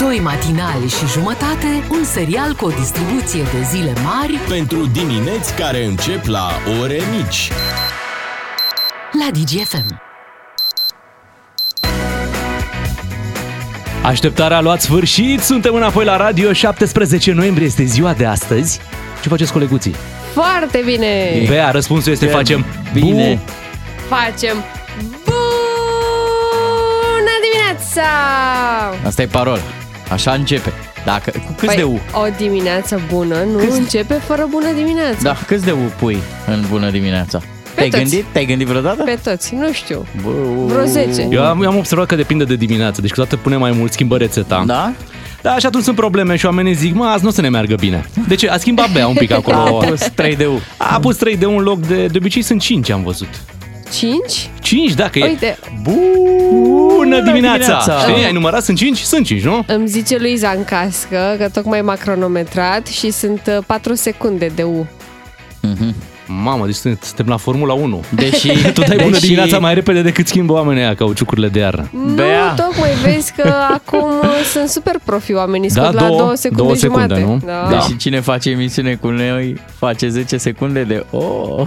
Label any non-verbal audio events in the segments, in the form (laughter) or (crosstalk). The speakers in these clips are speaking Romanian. Doi matinali și jumătate, un serial cu o distribuție de zile mari pentru dimineți care încep la ore mici. la DGFM. Așteptarea a luat sfârșit, suntem înapoi la radio, 17 noiembrie este ziua de astăzi. Ce faceți coleguții? Foarte bine Bea, răspunsul este facem bine. Bu- facem. Bună dimineața! Asta e parola. Așa începe. Dacă, cu câți de U? Păi, O dimineață bună nu Câți- începe fără bună dimineața. Da, câți de U pui în bună dimineața? Te-ai toți. gândit? Te-ai gândit vreodată? Pe toți, nu știu. Bă, Vreo 10. Eu am, eu am observat că depinde de dimineață, deci câteodată punem mai mult, schimbă rețeta. Da? Da, și atunci sunt probleme și oamenii zic, mă, azi nu o să ne meargă bine. De ce? A schimbat Bea un pic acolo. (laughs) A pus 3 de U. A pus 3 de un loc de, de obicei sunt 5 am văzut. 5? 5 dacă e. Uite, Bună dimineața! dimineața! Știi, ai numărat? Sunt 5? Sunt 5, nu? îmi zice Luiza în cască că tocmai m-a cronometrat și sunt 4 secunde de U. Mamă, deci suntem- suntem la Formula 1. Deși... (laughs) Tu dai deși... bună dimineața mai repede decât schimbă oamenii aia cauciucurile de iarnă. Bea. Ah. Nu, tocmai vezi că acum uh, sunt super profi oamenii, Da, scot la două- 2 secunde, două secunde, jumate. nu? Da. Da. Deși Deci cine face emisiune cu noi face 10 secunde de (laughs) oh.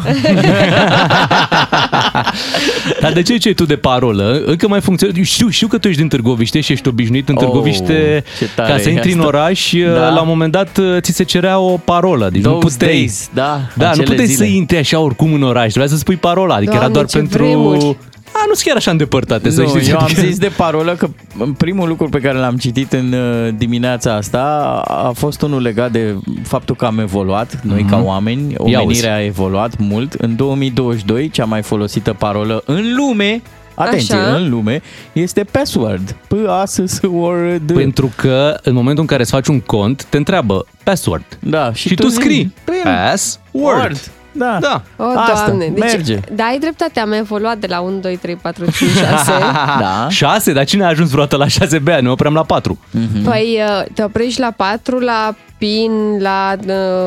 Dar de ce cei tu de parolă? Încă mai funcționează. Eu Știu, știu că tu ești din Târgoviște și ești obișnuit în Oh, Târgoviște. ce tare ca să e intri în asta. oraș, uh, Da. la un moment dat ți se cerea o parolă. Deci nu Those puteai. days, da, Da, nu acele puteai zile. să intri așa oricum în oraș. Trebuia să spui parola. Adică era Doamne, doar ce pentru... vremuri. A, nu sunt chiar așa îndepărtate, să Nu, știți. eu am Adică- zis de parolă că în primul lucru pe care l-am citit în uh, dimineața asta a fost unul legat de faptul că am evoluat, noi Mhm. ca oameni, auzi. omenirea a evoluat mult. În 2022, cea mai folosită parolă în lume, atenție, Așa. în lume, este password. p a s s o r Păi, d Pentru că în momentul în care îți faci un cont, te întreabă password. Da, și, Și, tu, zici, scrii "Păi, password. Da. Da. O, Asta, Doamne, deci, merge. Da, ai dreptate, am evoluat de la 1, 2, 3, 4, 5, (laughs) (laughs) 6. Da. 6? Dar cine a ajuns vreodată la 6 bea? Ne oprem la 4. Da. Păi uh, te oprești la 4, la PIN, la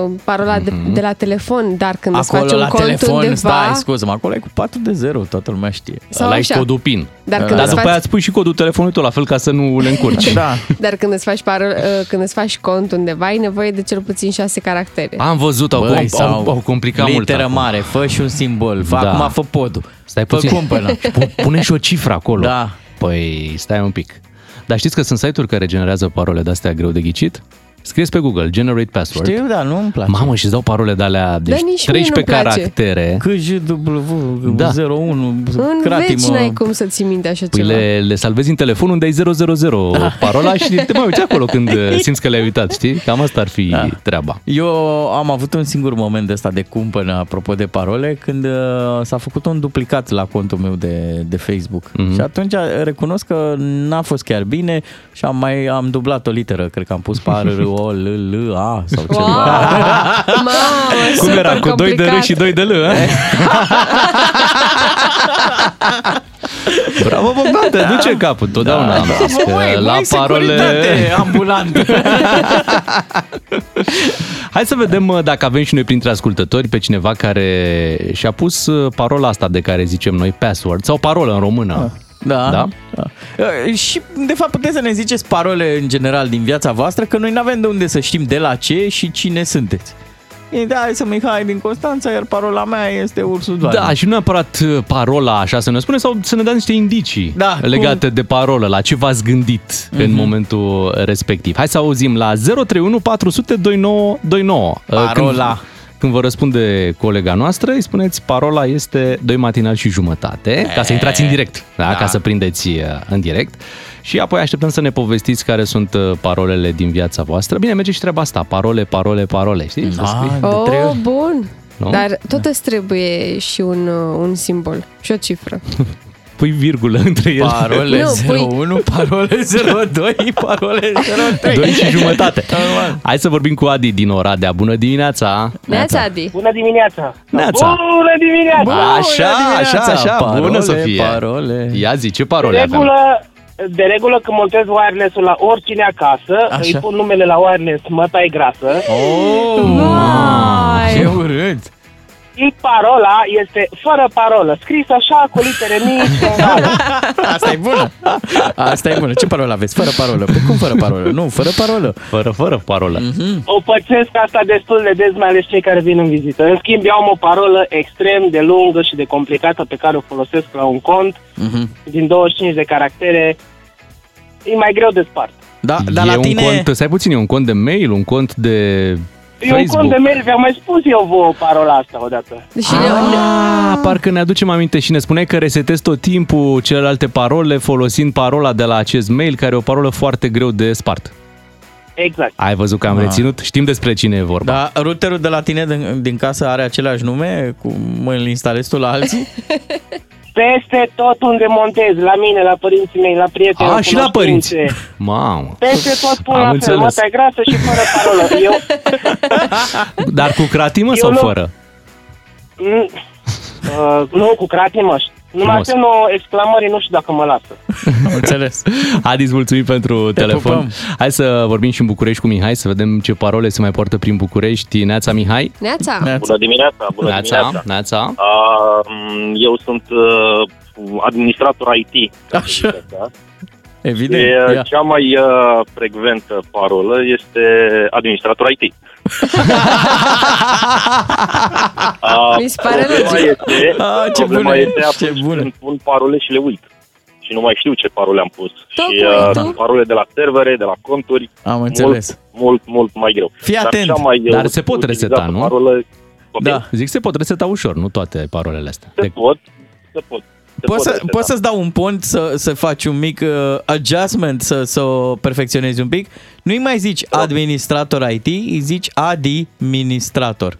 uh, parola de, Mhm. de la telefon, dar când îți faci Acolo un la cont telefon, undeva... stai, scuză-mă, acolo e cu 4 de 0, toată lumea știe. Sau Ăla e așa. codul PIN. Dar când, Dar îți după aia faci, îți pui și codul telefonului tău la fel ca să nu le încurci. Da. dar când îți faci, paro- uh, când îți faci cont undeva, ai nevoie de cel puțin 6 caractere. Am văzut, au, Băi, Băi, sau au, au complicat mult. literă acum. mare, fă și un simbol, fă Da. acum fă podul. Stai fă puțin. cumpănă. Și pu- Pune și o cifră acolo. Da. Păi, stai un pic. Dar știți că sunt site-uri care generează parole de-astea greu de ghicit? Scrieți pe Google, generate password. Știu, dar nu îmi place. Mamă, și dau parole de-alea, deci nici mie 13 nu-mi place. caractere. KJW Da. 01 În veci Cratimă. n-ai cum să ții minte așa Păi ceva. le, le salvezi în telefon unde ai 000 Ah. parola și te mai uiți acolo (laughs) când uh, simți că le-ai uitat, știi? Cam asta ar fi Da. treaba. Eu am avut un singur moment de ăsta de cumpănă, apropo de parole, când uh, s-a făcut un duplicat la contul meu de, de Facebook. Mhm. Mm-hmm. Și atunci recunosc că n-a fost chiar bine și am mai am dublat o literă. Cred că am pus par, r, o, l, l, a sau Wow! (laughs) ceva. Mamă, Cum super era? Cu 2 de R complicat. și 2 de L, a? Bravo, Bogdan, te duce capul totdeauna. Da, Măi, la măi, securitate ambulantă. Hai să vedem uh, dacă avem și noi printre ascultători pe cineva care și-a pus uh, parola asta de care zicem noi password sau parolă în română. Da. Da? E, Și, de fapt, puteți să ne ziceți parole în general din viața voastră, că noi nu avem de unde să știm de la ce și cine sunteți. E, da, sunt Mihai din Constanța, iar parola mea este ursul doar. Da, și nu neapărat uh, parola așa să ne spune sau să ne dați niște indicii Da, Mhm. legate de parolă, la ce v-ați gândit în momentul respectiv. Hai să auzim la 031 400 2929. Uh, Parola. Când, când vă răspunde colega noastră, îi spuneți parola este 2 matinal și jumătate, ca Eh. să intrați în direct, da? ca să prindeți uh, în direct. Și apoi așteptăm să ne povestiți care sunt uh, parolele din viața voastră. Bine, merge și treaba asta, parole, parole, parole, știi? Să scrii. Ah, de trei Oh, ori. bun! Nu? Da. Dar tot îți trebuie și un, uh, un simbol și o cifră. Pui virgulă între ele. Parole Nu, pui- 01, parole 02, parole 03. 2 și (laughs) jumătate. Da, Hai să vorbim cu Adi din Oradea. Bună dimineața! Neața, Adi! Bună dimineața! Neața! Bună dimineața! Așa, așa, așa. Parole, Bună să fie. parole. Ia zi, ce De parole avem? regulă, de regulă când montez wireless-ul la oricine acasă, Așa. Așa. îi pun numele la wireless, măta e grasă, Oh, Vai! ce urât. Și parola este fără parolă, scris așa, cu litere mici. (laughs) da. Asta e bună. Asta e bună. Ce parolă aveți? Fără parolă. Păi cum fără parolă? Nu, fără parolă. Mhm. Fără, fără parolă. Mm-hmm. O pățesc asta destul de des, mai ales cei care vin în vizită. În schimb, eu am o parolă extrem de lungă și de complicată pe care o folosesc la un cont, Mhm. din 25 de caractere. E mai greu de spart. Da, dar e la un tine... cont, să ai puțin, e un cont de mail, un cont de E un Facebook. cont de mail, v-am mai spus eu vouă parola asta odată. Și ne, Ah, parcă ne aducem aminte și ne spuneai că resetezi tot timpul celelalte parole folosind parola de la acest mail, care e o parolă foarte greu de spart. Exact. Ai văzut că am Da. reținut? Știm despre cine e vorba. Da, routerul de la tine din, din casă are același nume? Cum îl instalezi tu la alții? Peste tot unde montez, la mine, la părinții mei, la prieteni, A, Ah, și la părinți. cunoștințe. Mamă. Peste tot pun Am la fel, înțeles. mătea grasă și fără parolă. Eu, Dar cu cratimă Eu sau nu- fără? Mm, uh, nu, cu cratimă. Numai Frumos. semnul exclamării nu știu dacă mă lasă. Am înțeles. Adis, mulțumim pentru Te telefon. pupăm. Hai să vorbim și în București cu Mihai, să vedem ce parole se mai poartă prin București. Neața Mihai? Neața. Bună dimineața, bună Neața. dimineața. Neața. Uh, eu sunt uh, administrator IT. Așa. Da? Evident. E, Ia. cea mai uh, frecventă parolă este administrator (laughs) IT. uh, Mi se pare problema logic. este, Ah, ce problema bună e, este ce atunci bună. când pun parole și le uit. Și nu mai știu ce parole am pus. și Tocmai, uh, tu? sunt parole de la servere, de la conturi, Am înțeles. mult, mult, mult mai greu. Fii atent. Dar, cea mai, uh, Dar se pot utilizată reseta, nu? Parolă, Da. Zic, se pot reseta ușor, nu toate parolele astea. Se pot, se pot. Se Poți, să, reseta. poți să-ți dau un pont să, să faci un mic uh, adjustment, să, să o perfecționezi un pic. Nu-i mai zici administrator IT, îi zici administrator.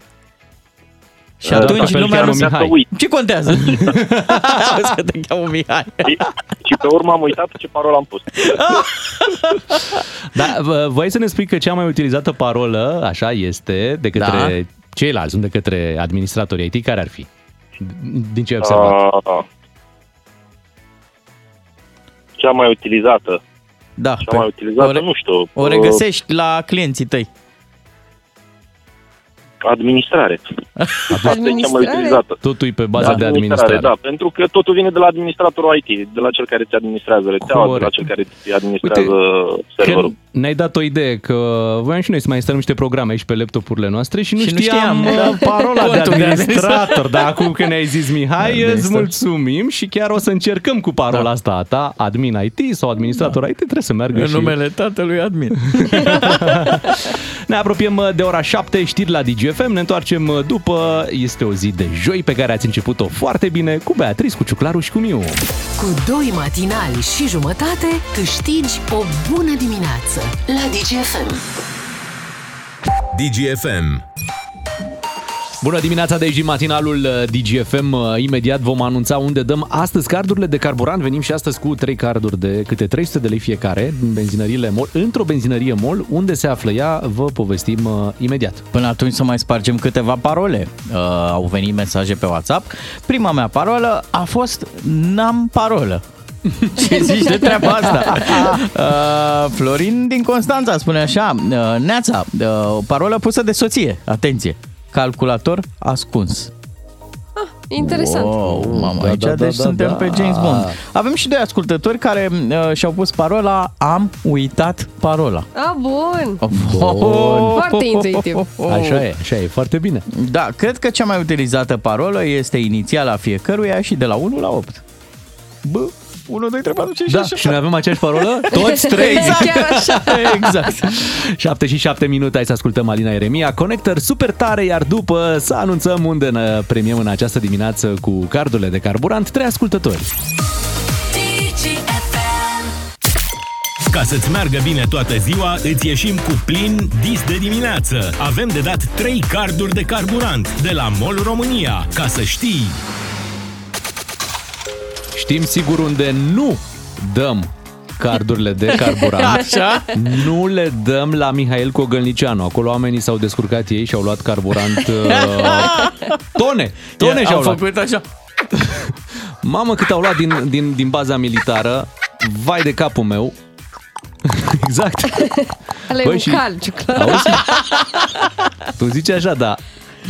Și Da, atunci dacă îl lumea cheamă nu se... Mihai. uit. Ce contează? Auzi că te cheamă Mihai. Și, și pe urmă am uitat ce parolă am pus. Da, vă- voi să ne spui că cea mai utilizată parolă, așa, este de către da. ceilalți, nu de către administratorii IT, care ar fi? Din ce ai observat? Uh, Ah. Cea mai utilizată. Da, Cea pe- mai utilizată, o, re- nu știu. o regăsești la clienții tăi. uh, Administrare. Asta e cea mai Administrare? utilizată. Totul e pe bază da, de administrare. Da, pentru că totul vine de la administratorul IT, de la cel care ți administrează rețeaua, de la Corect. cel care ți administrează serverul. Că ne-ai dat o idee că voiam și noi să mai instalăm niște programe aici pe laptopurile noastre și nu Și nu știam, știam, uh, da. parola (laughs) de Contul de administrator. Dar acum când ne-ai zis Mihai, Da, îți administrator. mulțumim și chiar o să încercăm cu parola Da. asta a ta, admin IT sau administrator IT, trebuie să meargă În și... numele tatălui admin. Ne apropiem uh, de ora 7, știri la DGFM, ne întoarcem uh, după. Este o zi de joi pe care ați început-o foarte bine cu Beatrice, cu Ciuclaru și cu Miu. Cu doi matinali și jumătate câștigi o bună dimineață la DGFM. DGFM. Bună dimineața de aici din matinalul uh, DGFM. Uh, Imediat vom anunța unde dăm astăzi cardurile de carburant. Venim și astăzi cu 3 carduri de câte 300 de lei fiecare în benzinăriile MOL, într-o benzinărie MOL. Unde se află ea, vă povestim uh, imediat. Până atunci să mai spargem câteva parole. Uh, au venit mesaje pe WhatsApp. Prima mea parolă a fost n-am (laughs) parolă. Ce zici de treaba asta? Uh, Florin din Constanța spune așa, uh, Neața, uh, o parolă pusă de soție, atenție, calculator ascuns. Interesant. Wow, mamă, Da, aici da, da, deci da, suntem da. pe James Bond. Avem și doi ascultători care uh, și-au pus parola am uitat parola. A, bun. Foarte intuitiv. Așa e, așa e, foarte bine. Oh. Da, cred că cea mai utilizată parolă este inițiala fiecăruia și de la 1 la 8. B, 1, 2, 3, 4, 5, Da, 6, și noi (laughs) avem aceeași parolă? Toți trei! Chiar așa. Exact. 7 și 7 minute, hai să ascultăm Alina Eremia, Connector super tare, iar după să anunțăm unde ne premiem în această dimineață cu cardurile de carburant trei ascultători. Ca să-ți meargă bine toată ziua, îți ieșim cu plin dis de dimineață. Avem de dat 3 carduri de carburant de la MOL România. Ca să știi... Știm sigur unde nu dăm cardurile de carburant. (laughs) Așa? Nu le dăm la Mihail Cogălnicianu. Acolo oamenii s-au descurcat ei și au luat carburant uh, tone. Tone și-au Am luat. făcut așa. Mamă cât au luat din, din, din baza militară. Vai de capul meu. (laughs) Exact. Ale Băi, un și- (laughs) calciu, clar. Auzi? tu zici așa, da.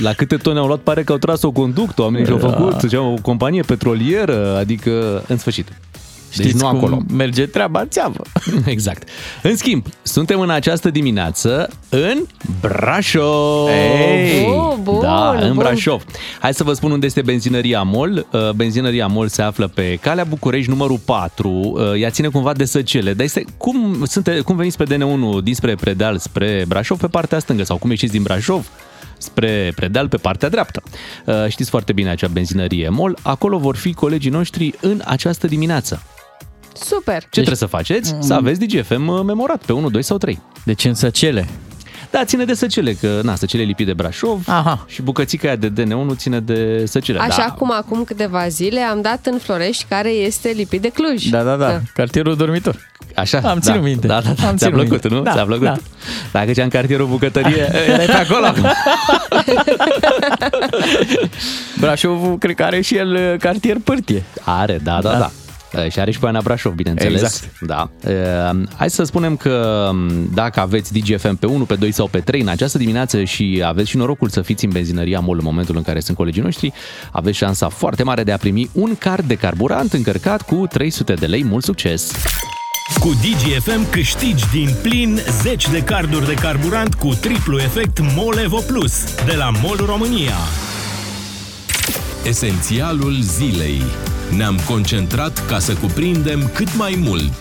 La câte tone au luat, pare că au tras o conductă, oamenii și-au Da. făcut, ce o companie petrolieră, adică, în sfârșit. Deci Știți nu cum acolo. merge treaba în țeavă. (laughs) Exact. În schimb, suntem în această dimineață în Brașov. Ei! Oh, bun, da, în bun. Brașov. Hai să vă spun unde este benzinăria Mol. Uh, Benzinăria Mol se află pe calea București numărul 4. Uh, Ea ține cumva de săcele. Dar este, cum, sunte, cum veniți pe DN1 dinspre Predeal spre Brașov, pe partea stângă, sau cum ieșiți din Brașov, spre Predeal pe partea dreaptă. Uh, Știți foarte bine acea benzinărie Mol. Acolo vor fi colegii noștri în această dimineață. Super. Ce trebuie să faceți? Să aveți DGFM uh, memorat pe 1, 2 sau 3. Mm. Deci în săcele. Da, ține de săcele, că na, săcele e lipit de Brașov Aha. și bucățica aia de DN1 ține de săcele. Așa da. cum acum câteva zile am dat în Florești, care este lipit de Cluj. Da, da, da. Cartierul dormitor. Așa, Am ținut da, minte. Da, da, da. Am Ți-a ținut plăcut, minte. nu? Da, Ți-a plăcut. da. Dacă ce în cartierul bucătărie, (laughs) erai pe acolo acum. Brașovul, cred că are și el uh, cartier pârtie. Are, da, da, da. E, Și are și pe Ana Brașov, bineînțeles. Exact. Da. E, hai să spunem că m, dacă aveți DGFM pe 1, pe 2 sau pe 3 în această dimineață și aveți și norocul să fiți în benzinăria MOL în momentul în care sunt colegii noștri, aveți șansa foarte mare de a primi un card de carburant încărcat cu 300 de lei. Mult succes! Cu DGFM câștigi din plin 10 de carduri de carburant cu triplu efect Molevo Plus de la MOL România. Esențialul zilei. Ne-am concentrat ca să cuprindem cât mai mult.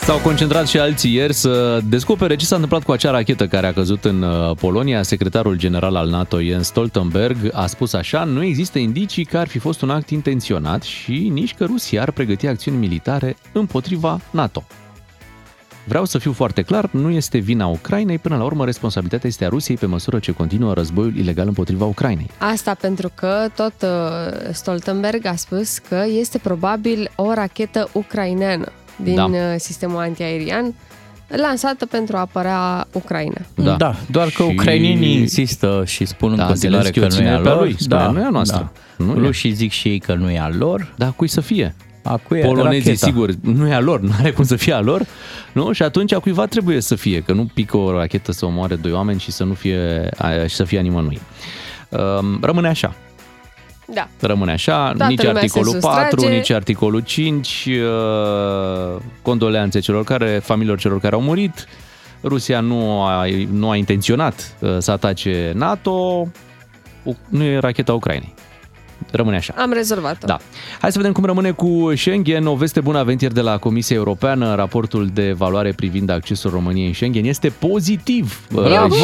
S-au concentrat și alții ieri să descopere ce s-a întâmplat cu acea rachetă care a căzut în uh, Polonia. Secretarul general al NATO, Jens Stoltenberg, a spus așa, nu există indicii că ar fi fost un act intenționat și nici că Rusia ar pregăti acțiuni militare împotriva NATO. Vreau să fiu foarte clar, nu este vina Ucrainei, până la urmă responsabilitatea este a Rusiei pe măsură ce continuă războiul ilegal împotriva Ucrainei. Asta pentru că tot uh, Stoltenberg a spus că este probabil o rachetă ucraineană din Da. uh, sistemul antiaerian lansată pentru a apăra Ucraina. Da. da doar că Și- și... ucrainienii insistă și spun în Da, continuare că Zelensky o nu e ține a pe a lor. lui, spune, nu e a noastră. Da. Nu e. Rușii zic și ei că nu e Da, a lor. Dar cui să fie? A cui e polonezii, Păi, racheta? sigur, nu e a lor, nu are cum să fie a lor, nu? Și atunci a cuiva trebuie să fie, că nu pică o rachetă să omoare doi oameni și să nu fie, a, și să fie a nimănui. Um, Rămâne așa. Da. Rămâne așa, Toată nici lumea se articolul sustrage. 4, nici articolul 5, uh, condoleanțe celor care, familiilor celor care au murit. Rusia nu a, nu a intenționat uh, să atace NATO, U- nu e racheta Ucrainei. Rămâne așa. Am rezolvat-o. Da. Hai să vedem cum rămâne cu Schengen. O veste bună a venit ieri de la Comisia Europeană. Raportul de valoare privind accesul României în Schengen este pozitiv. Bravo! și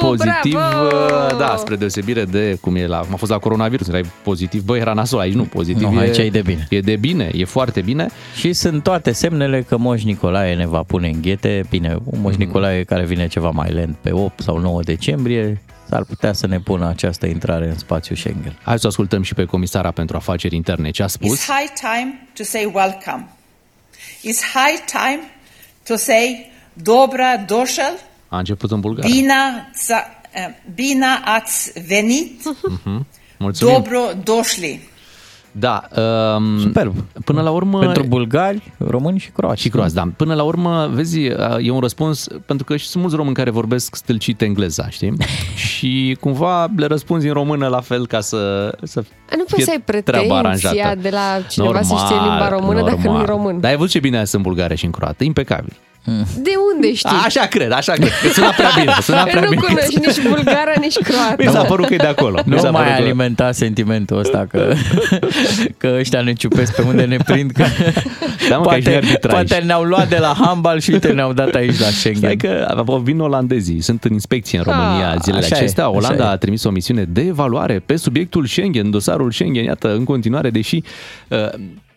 pozitiv, Bravo! da, spre deosebire de cum e la, cum a fost la coronavirus. Erai pozitiv, băi, era nasol, aici nu, pozitiv Nu, e, aici e de bine. E de bine, e foarte bine. Și sunt toate semnele că Moș Nicolae ne va pune în ghete. Bine, un Moș Mm. Nicolae care vine ceva mai lent pe 8 sau 9 decembrie, s-ar putea să ne pună această intrare în spațiu Schengen. Hai să o ascultăm și pe comisara pentru afaceri interne ce a spus. It's high time to say welcome. It's high time to say dobra došel, A început în bulgară. bina, za, eh, bina ați venit, Mulțumim. dobro došli. Da, um, Superb. Până la urmă, Pentru bulgari, români și croați. Și croaz, da. Până la urmă, vezi, uh, e un răspuns, pentru că și sunt mulți români care vorbesc stâlcit engleza, (laughs) știi? și cumva le răspunzi în română la fel ca să, să Nu poți fie să ai treaba pretenția aranjată. de la cineva să știe limba română dacă nu-i român. Dar ai văzut ce bine aia sunt bulgare și în croată, impecabil. De unde știi? Așa cred, așa cred, că suna Ah, prea bine, suna prea Eu (laughs) nu bine. cunoști nici bulgara, nici Mi s-a croata. părut că e de acolo. Mi s-a Nu părut mai că- alimenta sentimentul ăsta (laughs) că, că ăștia ne ciupesc pe unde ne prind, că Da, mă, că ești poate, nearbitrai. poate ne-au luat de la handbal și uite ne-au dat aici la Stai Exact, Schengen. că apropo, vin olandezii, sunt în inspecție în România Ah, zilele așa e, acestea. așa Olanda e. a trimis o misiune de evaluare pe subiectul Schengen, dosarul Schengen, iată, în continuare, deși uh,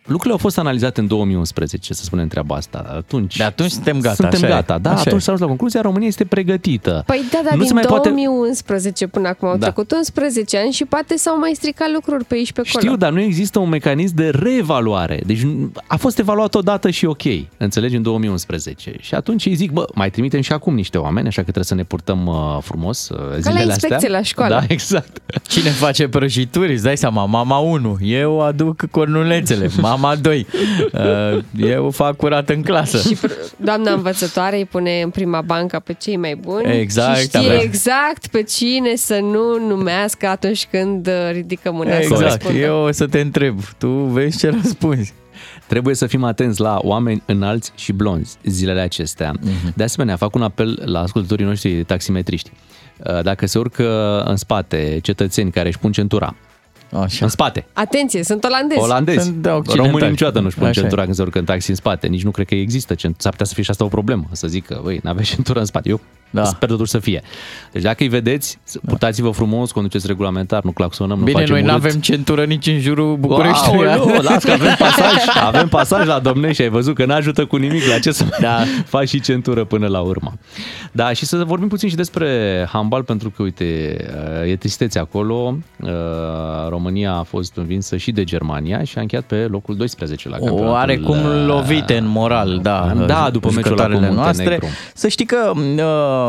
lucrurile au fost analizate în 2011, să spunem treaba asta. Atunci, De atunci suntem gata, Suntem așa e, gata, da, așa e. atunci s-a ajuns la concluzia, România este pregătită. Păi da, dar nu se din mai poate... 2011 până acum au Da. trecut 11 ani și poate s-au mai stricat lucruri pe aici pe acolo. da. Știu, dar nu există un mecanism de reevaluare. Deci n- a fost evaluat odată și ok, înțelegi, în 2011. Și atunci ei zic, bă, mai trimitem și acum niște oameni, așa că trebuie să ne purtăm uh, frumos uh, zilele inspecție astea. la școală. Da, (laughs) exact. Cine face prăjituri, îți dai seama, mama 1, eu aduc cornulețele, mama 2. Eu fac curat în clasă. Și pr- doamna învățătoare îi pune în prima bancă pe cei mai buni Exact, și știe avem. exact pe cine să nu numească atunci când uh, ridică mâna să Exact, răspundă. eu o să te întreb. Tu vezi ce răspunzi. Trebuie să fim atenți la oameni înalți și blonzi zilele acestea. Mhm. De asemenea, fac un apel la ascultătorii noștri taximetriști. Uh, Dacă se urcă în spate cetățeni care își pun centura, Așa. în spate, Atenție, sunt olandezi. olandezi, Sunt de occidentali. românii niciodată nu-și pun Așa e. Da. (laughs) da. sper totuși să fie. Deci dacă îi vedeți, purtați-vă frumos, conduceți regulamentar, nu claxonăm, nu Da. Bine, facem noi nu urât. avem centură nici în jurul Bucureștiului. Aoleu, las că (laughs) avem pasaj, avem pasaj la Domnești, ai văzut că n-ajută cu nimic la ce să da. faci și centură până la urmă. Da, și să vorbim puțin și despre handbal, pentru că, uite, e tristețe acolo. Uh, România a fost învinsă și de Germania și a încheiat pe locul 12 la O campionatul. oarecum lovite în moral, da. Da, după meciul ăla cu jucătoarele Muntenegru. Să știi că uh,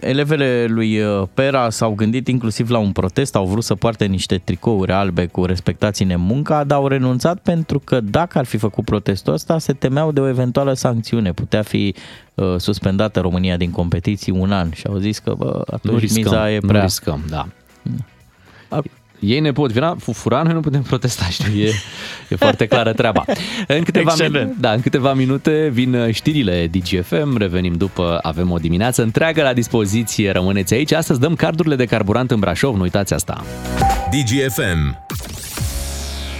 elevele lui uh, Pera s-au gândit inclusiv la un protest, au vrut să poarte niște tricouri albe cu respectați-ne munca, dar au renunțat pentru că dacă ar fi făcut protestul ăsta, se temeau de o eventuală sancțiune. Putea fi uh, suspendată România din competiții un an și au zis că bă, Nu atunci riscăm, miza e nu prea... riscăm, da. Ei ne pot vina, fu- fura, noi nu putem protesta, știi, e, e foarte clară treaba. În câteva, Excelent. da, în câteva minute vin uh, știrile DGFM, revenim după, avem o dimineață întreagă la dispoziție, rămâneți aici. Astăzi dăm cardurile de carburant în Brașov, nu uitați asta. DGFM.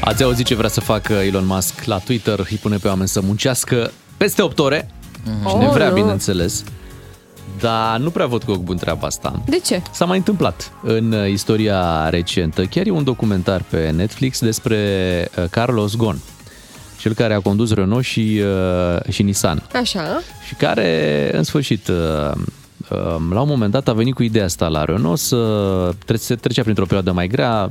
Ați auzit ce vrea să facă Elon Musk la Twitter, îi pune pe oameni să muncească peste 8 ore, mm-hmm. și ne vrea, Olu. bineînțeles. Dar nu prea văd cu ochi bun treaba asta. De ce? S-a mai întâmplat în uh, istoria recentă. Chiar e un documentar pe Netflix despre uh, Carlos Ghosn, cel care a condus Renault și, uh, și Nissan Așa. și care, în sfârșit, uh, uh, la un moment dat a venit cu ideea asta la Renault să tre- se trecea printr-o perioadă mai grea,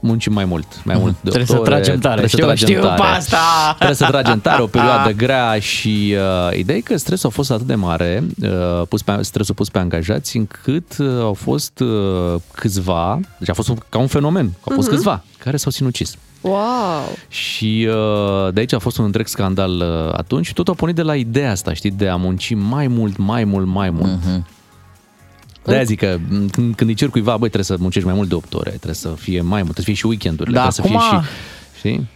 muncim mai mult, mai mult (laughs) de Trebuie opt să ore, tragem tare, trebuie să știu, tragem știu tare. pe asta. Trebuie să tragem tare, o (laughs) perioadă grea și uh, ideea e că stresul a fost atât de mare, uh, pus pe, stresul pus pe angajați, încât uh, au fost uh, câțiva, deci a fost un, ca un fenomen, au Mhm. fost câțiva care s-au sinucis. Wow. Și uh, de aici a fost un întreg scandal uh, atunci. Tot a pornit de la ideea asta, știi, de a munci mai mult, mai mult, mai mult. Uh-huh. Mhm. De-aia zic că m, când, când îi cer cuiva, băi, trebuie să muncești mai mult de 8 ore, trebuie să fie mai mult, trebuie să fie și weekendurile, Da, trebuie să fie acum- și... Știi?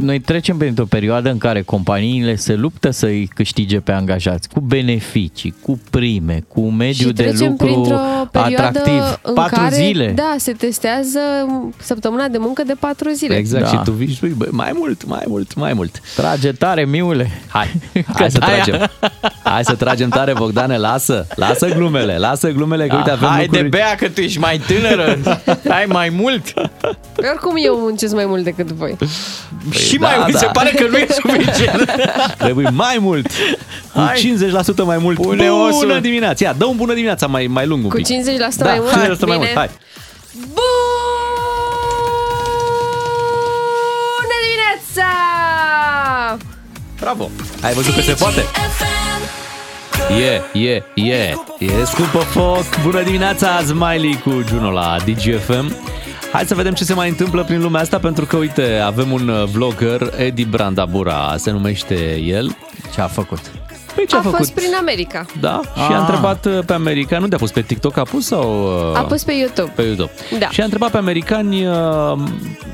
Noi trecem printr-o perioadă în care companiile se luptă să îi câștige pe angajați cu beneficii, cu prime, cu un mediu și de trecem lucru printăr-o perioadă atractiv. în Patru care, zile. Da, se testează săptămâna de muncă de patru zile. Exact, Da. și tu vii și spui, băi, mai mult, mai mult, mai mult. Trage tare, miule. (laughs) Hai, hai să tragem. Hai să tragem tare, Bogdane, lasă, lasă glumele, lasă glumele, Da. că uite, avem Ah, Hai lucruri... de bea că tu ești mai (laughs) tânără. Ai mai mult. Păi, Oricum eu muncesc mai mult decât (laughs) voi. și da, mai mult. da. Se pare că nu e suficient. Trebuie mai mult. Cu Hai. 50% mai mult. Pune bună osul. dimineața. Ia, dă un bună dimineața mai, mai lung un Cu pic. 50% da, mai mult? 50% mai Bine. mult. Hai. Bună dimineața! Bravo. Ai văzut că se poate? E, e, e. E scumpă foc. Bună dimineața, Smiley cu Juno la DGFM. Hai să vedem ce se mai întâmplă prin lumea asta, pentru că, uite, avem un uh, vlogger, Edi Brandabura, se numește el. Ce a făcut? Păi ce a, A făcut? fost prin America. Da, și a Ah. întrebat uh, pe american, unde a pus, pe TikTok a pus sau... uh, A pus pe YouTube. pe YouTube. Da. Și a întrebat pe americani, uh,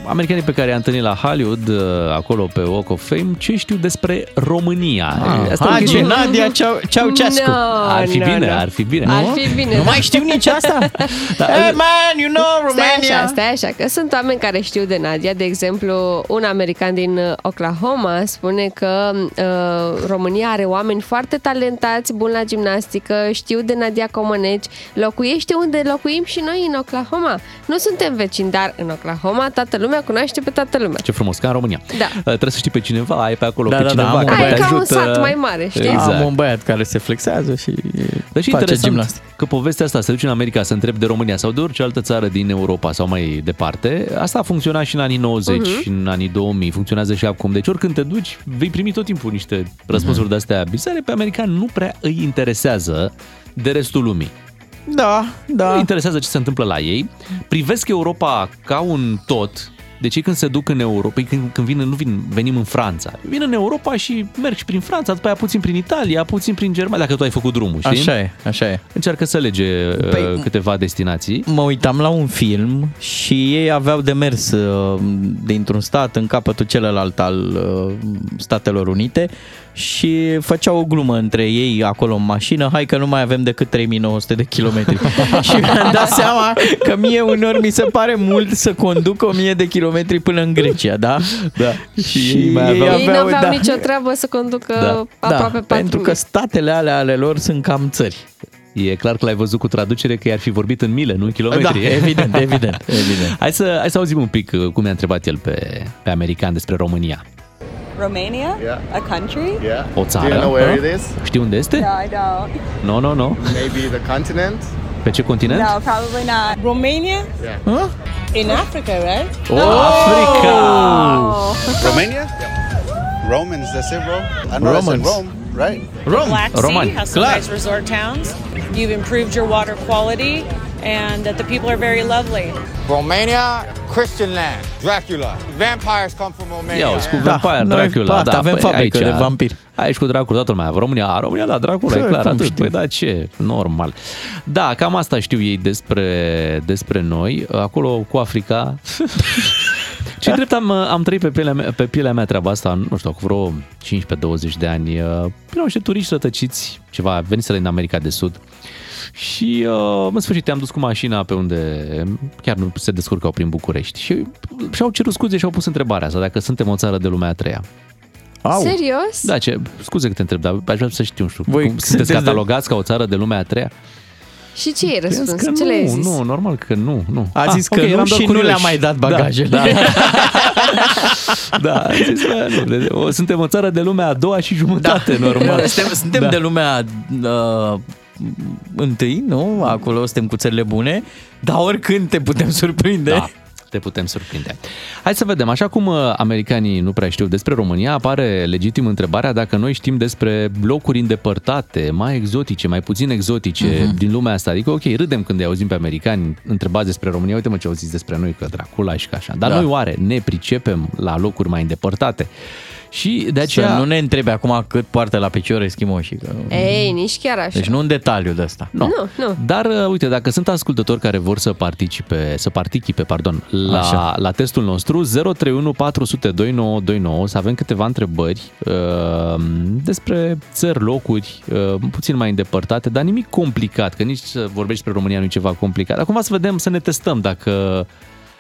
americanii pe care i-a întâlnit la Hollywood, uh, acolo pe Walk of Fame, ce știu despre România. Ah, e o Hagi, chestie- Nadia Ceau- Ceaușescu. No, Ar fi no, bine, no. ar fi bine. Ar nu? fi bine. Nu da. mai știu nici asta? (laughs) hey man, you know Stai așa, Romania. stai așa, că sunt oameni care știu de Nadia. De exemplu, un american din uh, Oklahoma spune că uh, România are oameni foarte talentați, buni la gimnastică, știu de Nadia Comăneci, locuiește unde locuim și noi în Oklahoma. Nu suntem vecini, dar în Oklahoma toată lumea cunoaște pe toată lumea. Ce frumos, ca în România. Da. Uh, Trebuie să știi pe cineva, ai pe acolo Da, pe da, da, cineva am un care băiat. te Ai ca un ajută. sat mai mare, știi? Exact. Am un băiat care se flexează și Deci e face interesant gimnastică. că povestea asta, se duce în America să întreb de România sau de orice altă țară din Europa sau mai departe, asta a funcționat și în anii 90 Mhm. uh-huh. și în anii 2000, funcționează și acum. Deci oricând te duci, vei primi tot timpul niște Mhm. răspunsuri uh-huh. de-astea bizare. Pe american nu prea îi interesează de restul lumii. Da, Nu da. îi interesează ce se întâmplă la ei. Privesc Europa ca un tot Deci ei când se duc în Europa, ei când, când vin, nu vin, venim în Franța, vin în Europa și merg și prin Franța, după aia puțin prin Italia, puțin prin Germania, Păi dacă tu ai făcut drumul, știi? Așa e, așa e. Încearcă să lege Păi, păi, câteva destinații. Mă uitam la un film și ei aveau de mers uh, dintr-un stat în capătul celălalt al uh, Statelor Unite și făceau o glumă între ei acolo în mașină, hai că nu mai avem decât 3900 de (laughs) kilometri. și mi-am dat seama că mie uneori mi se pare mult să conduc 1000 de kilometri până în Grecia, da? Da. Și, ei mai aveau- Ei n-aveau da. nicio treabă să conducă da. aproape da, pentru că statele alea ale lor sunt cam țări. E clar că l-ai văzut cu traducere că i-ar fi vorbit în mile, nu în kilometri. (laughs) Da, evident, evident, (laughs) evident. Hai să, hai să auzim un pic uh, cum i-a întrebat el pe, pe american despre România. Romania? Yeah. A country? Yeah. O țară. Do you know where Ah. it is? Știi unde este? Da. No, I don't. Nu, nu, nu. Maybe the continent? Pe ce continent? Da, No, probably not. Romania? Yeah. In Africa, right? Oh. O, Africa! Oh! Romania? Romans, that's it, bro. I know that's in Romans. Rome, right? Rom, romani, clar. resort towns. You've improved your water quality and that the people are very lovely. Romania, Christian land, Dracula. Vampires come from Ia Romania. uzi, cu Da, Vampire, noi, Dracula, pat, da, avem păi fabrică aici, de vampiri. Aici cu Dracula toată lumea. România, a, România la Dracula, e Păi, clar, cum atât. știi? Păi da, ce? Normal. Da, cam asta știu ei despre, despre noi. Acolo cu Africa... Ce drept am, am trăit pe pielea, mea, pe pielea mea treaba asta, nu știu, cu vreo 15-20 de ani. uh, Erau niște turiști rătăciți, ceva, veniseră din America de Sud. Și uh, în sfârșit am dus cu mașina pe unde chiar nu se descurcau prin București. Și și-au cerut scuze și au pus întrebarea asta, dacă suntem o țară de lumea a treia. Au. Serios? Da, ce, scuze că te întreb, dar aș vrea să știu, nu știu, Voi cum sunteți sunteți de- catalogați ca o țară de lumea a treia? Și ce ai Păi, răspuns? că Ce nu, le-ai zis? nu, normal că nu, nu. A zis că ok, nu eram doar și nu curioși. le-a mai dat bagajele. Da, (laughs) da. da a zis că nu, de- de- o- suntem o țară de lumea a doua și jumătate, normal. Da. Suntem, suntem Da. da. de lumea uh, întâi, nu? Acolo suntem cu țările bune, dar oricând te putem surprinde. Da, te putem surprinde. Hai să vedem, așa cum uh, americanii nu prea știu despre România, apare legitim întrebarea dacă noi știm despre locuri îndepărtate, mai exotice, mai puțin exotice uh-huh. din lumea asta. Adică, ok, râdem când îi auzim pe americani întrebați despre România, uite mă ce au zis despre noi, că Dracula și că așa. Dar da. Da. noi oare ne pricepem la locuri mai îndepărtate? Și de Să aceea... nu ne întrebe acum cât poartă la picioare eschimoșii. Că... Ei, nici chiar așa. Deci nu în detaliu de asta. Nu. da. Nu, nu. Dar, uh, uite, dacă sunt ascultători care vor să participe, să participe, pardon, la, Așa. la testul nostru, 031 400 2929, să avem câteva întrebări uh, despre țări, locuri, uh, puțin mai îndepărtate, dar nimic complicat, că nici să vorbești despre România nu e ceva complicat. Acum să vedem, să ne testăm dacă...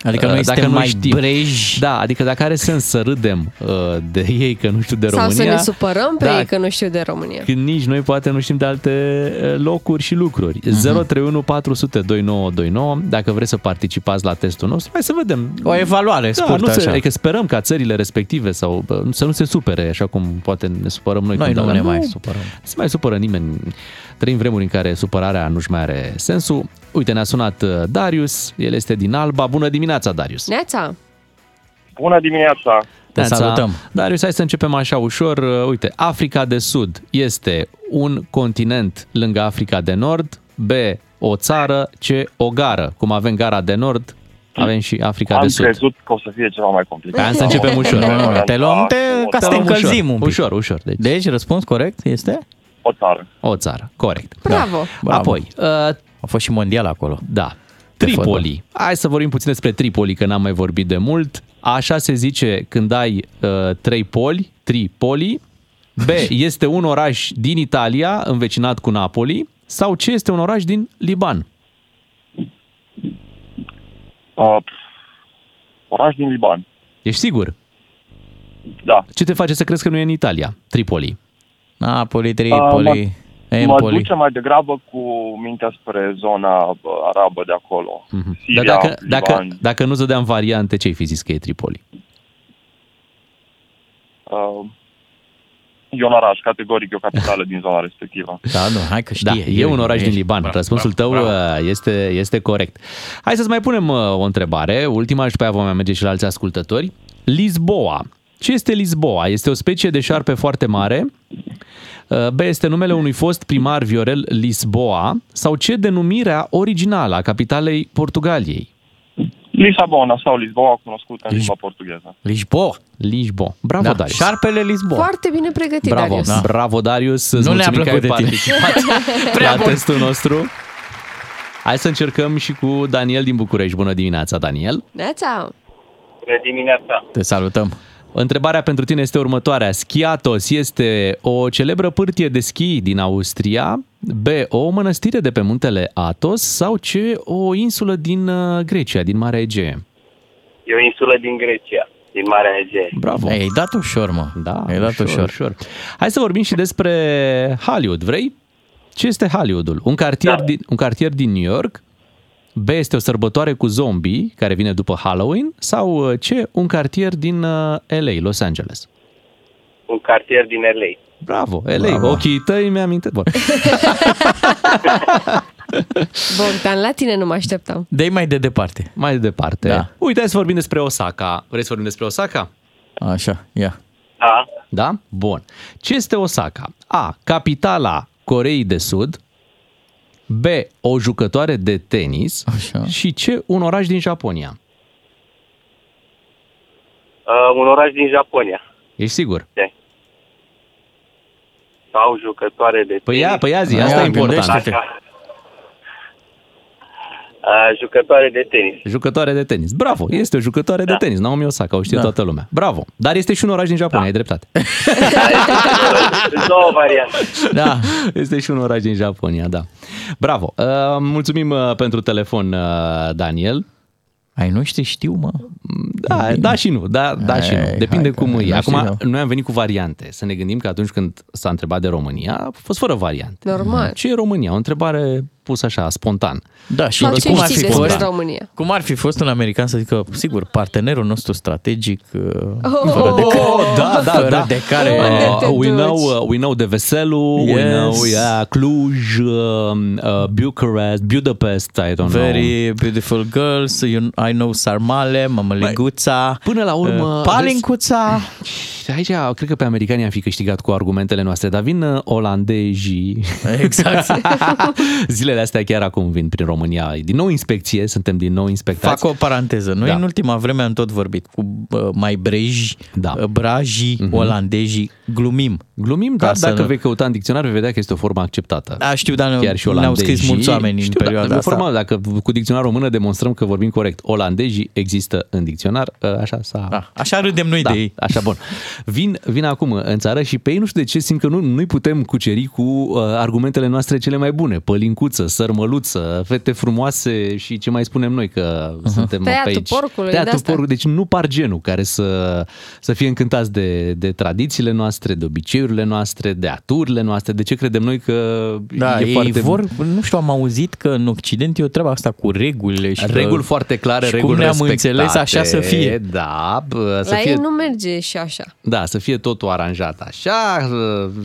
Adică uh, noi dacă suntem noi mai știm. breji. Da, adică dacă are sens să râdem uh, de ei că nu știu de Sau România... să ne supărăm pe da, ei că nu știu de România. când nici noi poate nu știm de alte uh, locuri și lucruri. Mhm. 031 400 2929, dacă vreți să participați la testul nostru, hai să vedem. O evaluare Da, scurtă nu se, așa. adică sperăm ca țările respective sau bă, să nu se supere așa cum poate ne supărăm noi. Noi când nu avem- ne mai supărăm. Nu se mai supără nimeni. Trăim vremuri în care supărarea nu-și mai are sensul. Uite, ne-a sunat uh, Darius, el este din Alba. Bună dimineața, Darius! Neața, Bună dimineața! Te Neața. salutăm. Darius, hai să începem așa ușor. Uh, Uite, Africa de Sud este un continent lângă Africa de Nord, B, o țară, C, o gară. Cum avem gara de Nord, avem și Africa Am de Sud. crezut că o să fie ceva mai complicat. Hai să începem ușor. Nu, nu, nu. (laughs) Te luăm te, ca să Te te luăm ușor. încălzim un pic. Ușor, ușor. Deci, de- Deci, răspuns corect este? O țară. o țară, corect. Da. bravo! Bravo. Apoi, uh, A fost și mondial acolo. da, De Tripoli. Hai să vorbim puțin despre Tripoli, că n-am mai vorbit de mult. Așa se zice când ai uh, trei poli, Tripoli. (laughs) B, este un oraș din Italia, învecinat cu Napoli. Sau ce este un oraș din Liban? Uh, pf, oraș din Liban. Ești sigur? Da. Ce te face să crezi că nu e în Italia, Tripoli? Napoli, Tripoli, Uh, Ah, Mă Empoli. duce mai degrabă cu mintea spre zona bă, arabă de acolo. Siria, Mm-hmm. Dar dacă, Liban. dacă, dacă nu zădeam variante, ce-ai fi zis că e Tripoli? Uh, e un oraș, categoric, e o capitală din zona respectivă. Da, nu, hai că Da, știe. e un oraș din Liban. da. Răspunsul tău uh, este, este corect. Hai să-ți mai punem uh, o întrebare, ultima și după aia vom mai merge și la alți ascultători. Lisboa. Ce este Lisboa? Este o specie de șarpe foarte mare. Uh, B. Este numele unui fost primar Viorel Lisboa sau ce denumirea originală a capitalei Portugaliei? Lisabona sau Lisboa, cunoscută în limba portugheză. Lisboa. Lisboa. Bravo, da. Darius. Șarpele Lisboa. Foarte bine pregătit, Bravo, Darius. da. bravo Darius, îți Nu ne-a mulțumim că ai plăcut de tine. participat (laughs) Prea la bun. testul nostru. Hai să încercăm și cu Daniel din București. Bună dimineața, Daniel. Neața. Bună dimineața! Te salutăm. Întrebarea pentru tine este următoarea. Schiatos este o celebră pârtie de schi din Austria, B. O mănăstire de pe muntele Atos sau C. O insulă din uh, Grecia, din Marea Egee. E o insulă din Grecia, din Marea Egee. Bravo. Ei, ai dat ușor, mă. Da, ai dat ușor. ușor. Hai să vorbim și despre Hollywood, vrei? Ce este Hollywoodul? Un cartier, da. din, un cartier din New York, B este o sărbătoare cu zombie care vine după Halloween sau uh, C un cartier din uh, LA, Los Angeles. Un cartier uh, din LA. Bravo, LA, Bravo. Bravo. ochii tăi mi-am mintit. Bun. Bogdan, la tine nu mă așteptam. Dei mai de departe. Mai departe. Da. Uite, hai să vorbim despre Osaka. Vrei să vorbim despre Osaka? Așa, ia. Da, Da? Bun. Ce este Osaka? A. Capitala Coreei de Sud. B. O jucătoare de tenis. Așa. Și C. Un oraș din Japonia. uh, un oraș din Japonia. Ești sigur? Sau jucătoare de Păi ia, tenis. păi ia zi, Ia, asta e important. gândește-te. Așa. Uh, jucătoare de tenis. Jucătoare de tenis. Bravo, este o jucătoare de tenis. Naomi Osaka, o știe Da. toată lumea. Bravo. Dar este și un oraș din Japonia, ai dreptate. Sunt două variante. Da. (laughs) Este și un oraș din Japonia, da. Bravo. Uh, mulțumim uh, pentru telefon, uh, Daniel. Ai nu știi, știu, mă. Da, da și nu, da, da și nu. Ei, Depinde hai că da cum nu e. știu Acum, eu. noi am venit cu variante. Să ne gândim că atunci când s-a întrebat de România, a fost fără variante. Normal. Ce e România? O întrebare pusă așa, spontan. Da, și Sau ce cum ar știi fi despre fost? România? Cum ar fi fost un american să zică, sigur, partenerul nostru strategic, oh, fără fără de de care, care- Oh, da, da, fără da. De care Unde Uh, te we, duci? know, uh, we know de Veselu, yes. we Yes. know yeah, Cluj, uh, uh, Bucharest, Budapest, I don't know. Very beautiful girls, you, I know sarmale, mămăliguța, Până la urmă, uh, palincuța. Și Aici, cred că pe americani am fi câștigat cu argumentele noastre, dar vin uh, olandezii. Exact. (laughs) Zilele astea chiar acum vin prin România. E Din nou inspecție, suntem din nou inspectați. Fac o paranteză. Noi Da. da. în ultima vreme am tot vorbit cu uh, mai breji, Da. uh, brajii, mm-hmm. olandezii, glumim. Glumim, Ca dar să dacă nu- vei căuta în dicționar, vei vedea că este o formă acceptată. Da, știu, dar Chiar și ne-au olandezii. scris mulți oameni știu, în da, perioada e o asta. formă, dacă cu dicționarul română demonstrăm că vorbim corect. Olandezii există în dicționar, ă, așa s-a... Da. Așa râdem noi Da, de ei. așa, bun. Vin, vin acum în țară și pe ei nu știu de ce simt că nu, nu-i putem cuceri cu uh, argumentele noastre cele mai bune. Pălincuță, sărmăluță, fete frumoase și ce mai spunem noi că Mhm. uh-huh. suntem pe Tăiatul aici. porcului, Tăiatul de-astea. porcului. Deci nu par genul care să, să fie încântați de, de tradițiile noastre, de obiceiurile noastre, de aturile noastre. De ce credem noi că Da, e ei foarte... vor, nu știu, am auzit că în Occident e o treabă asta cu regulile și Reguli că, foarte clare, și reguli cum ne-am respectate. înțeles, așa să fie. Da, bă, să La fie ei nu merge și așa. Da, să fie totul aranjat așa,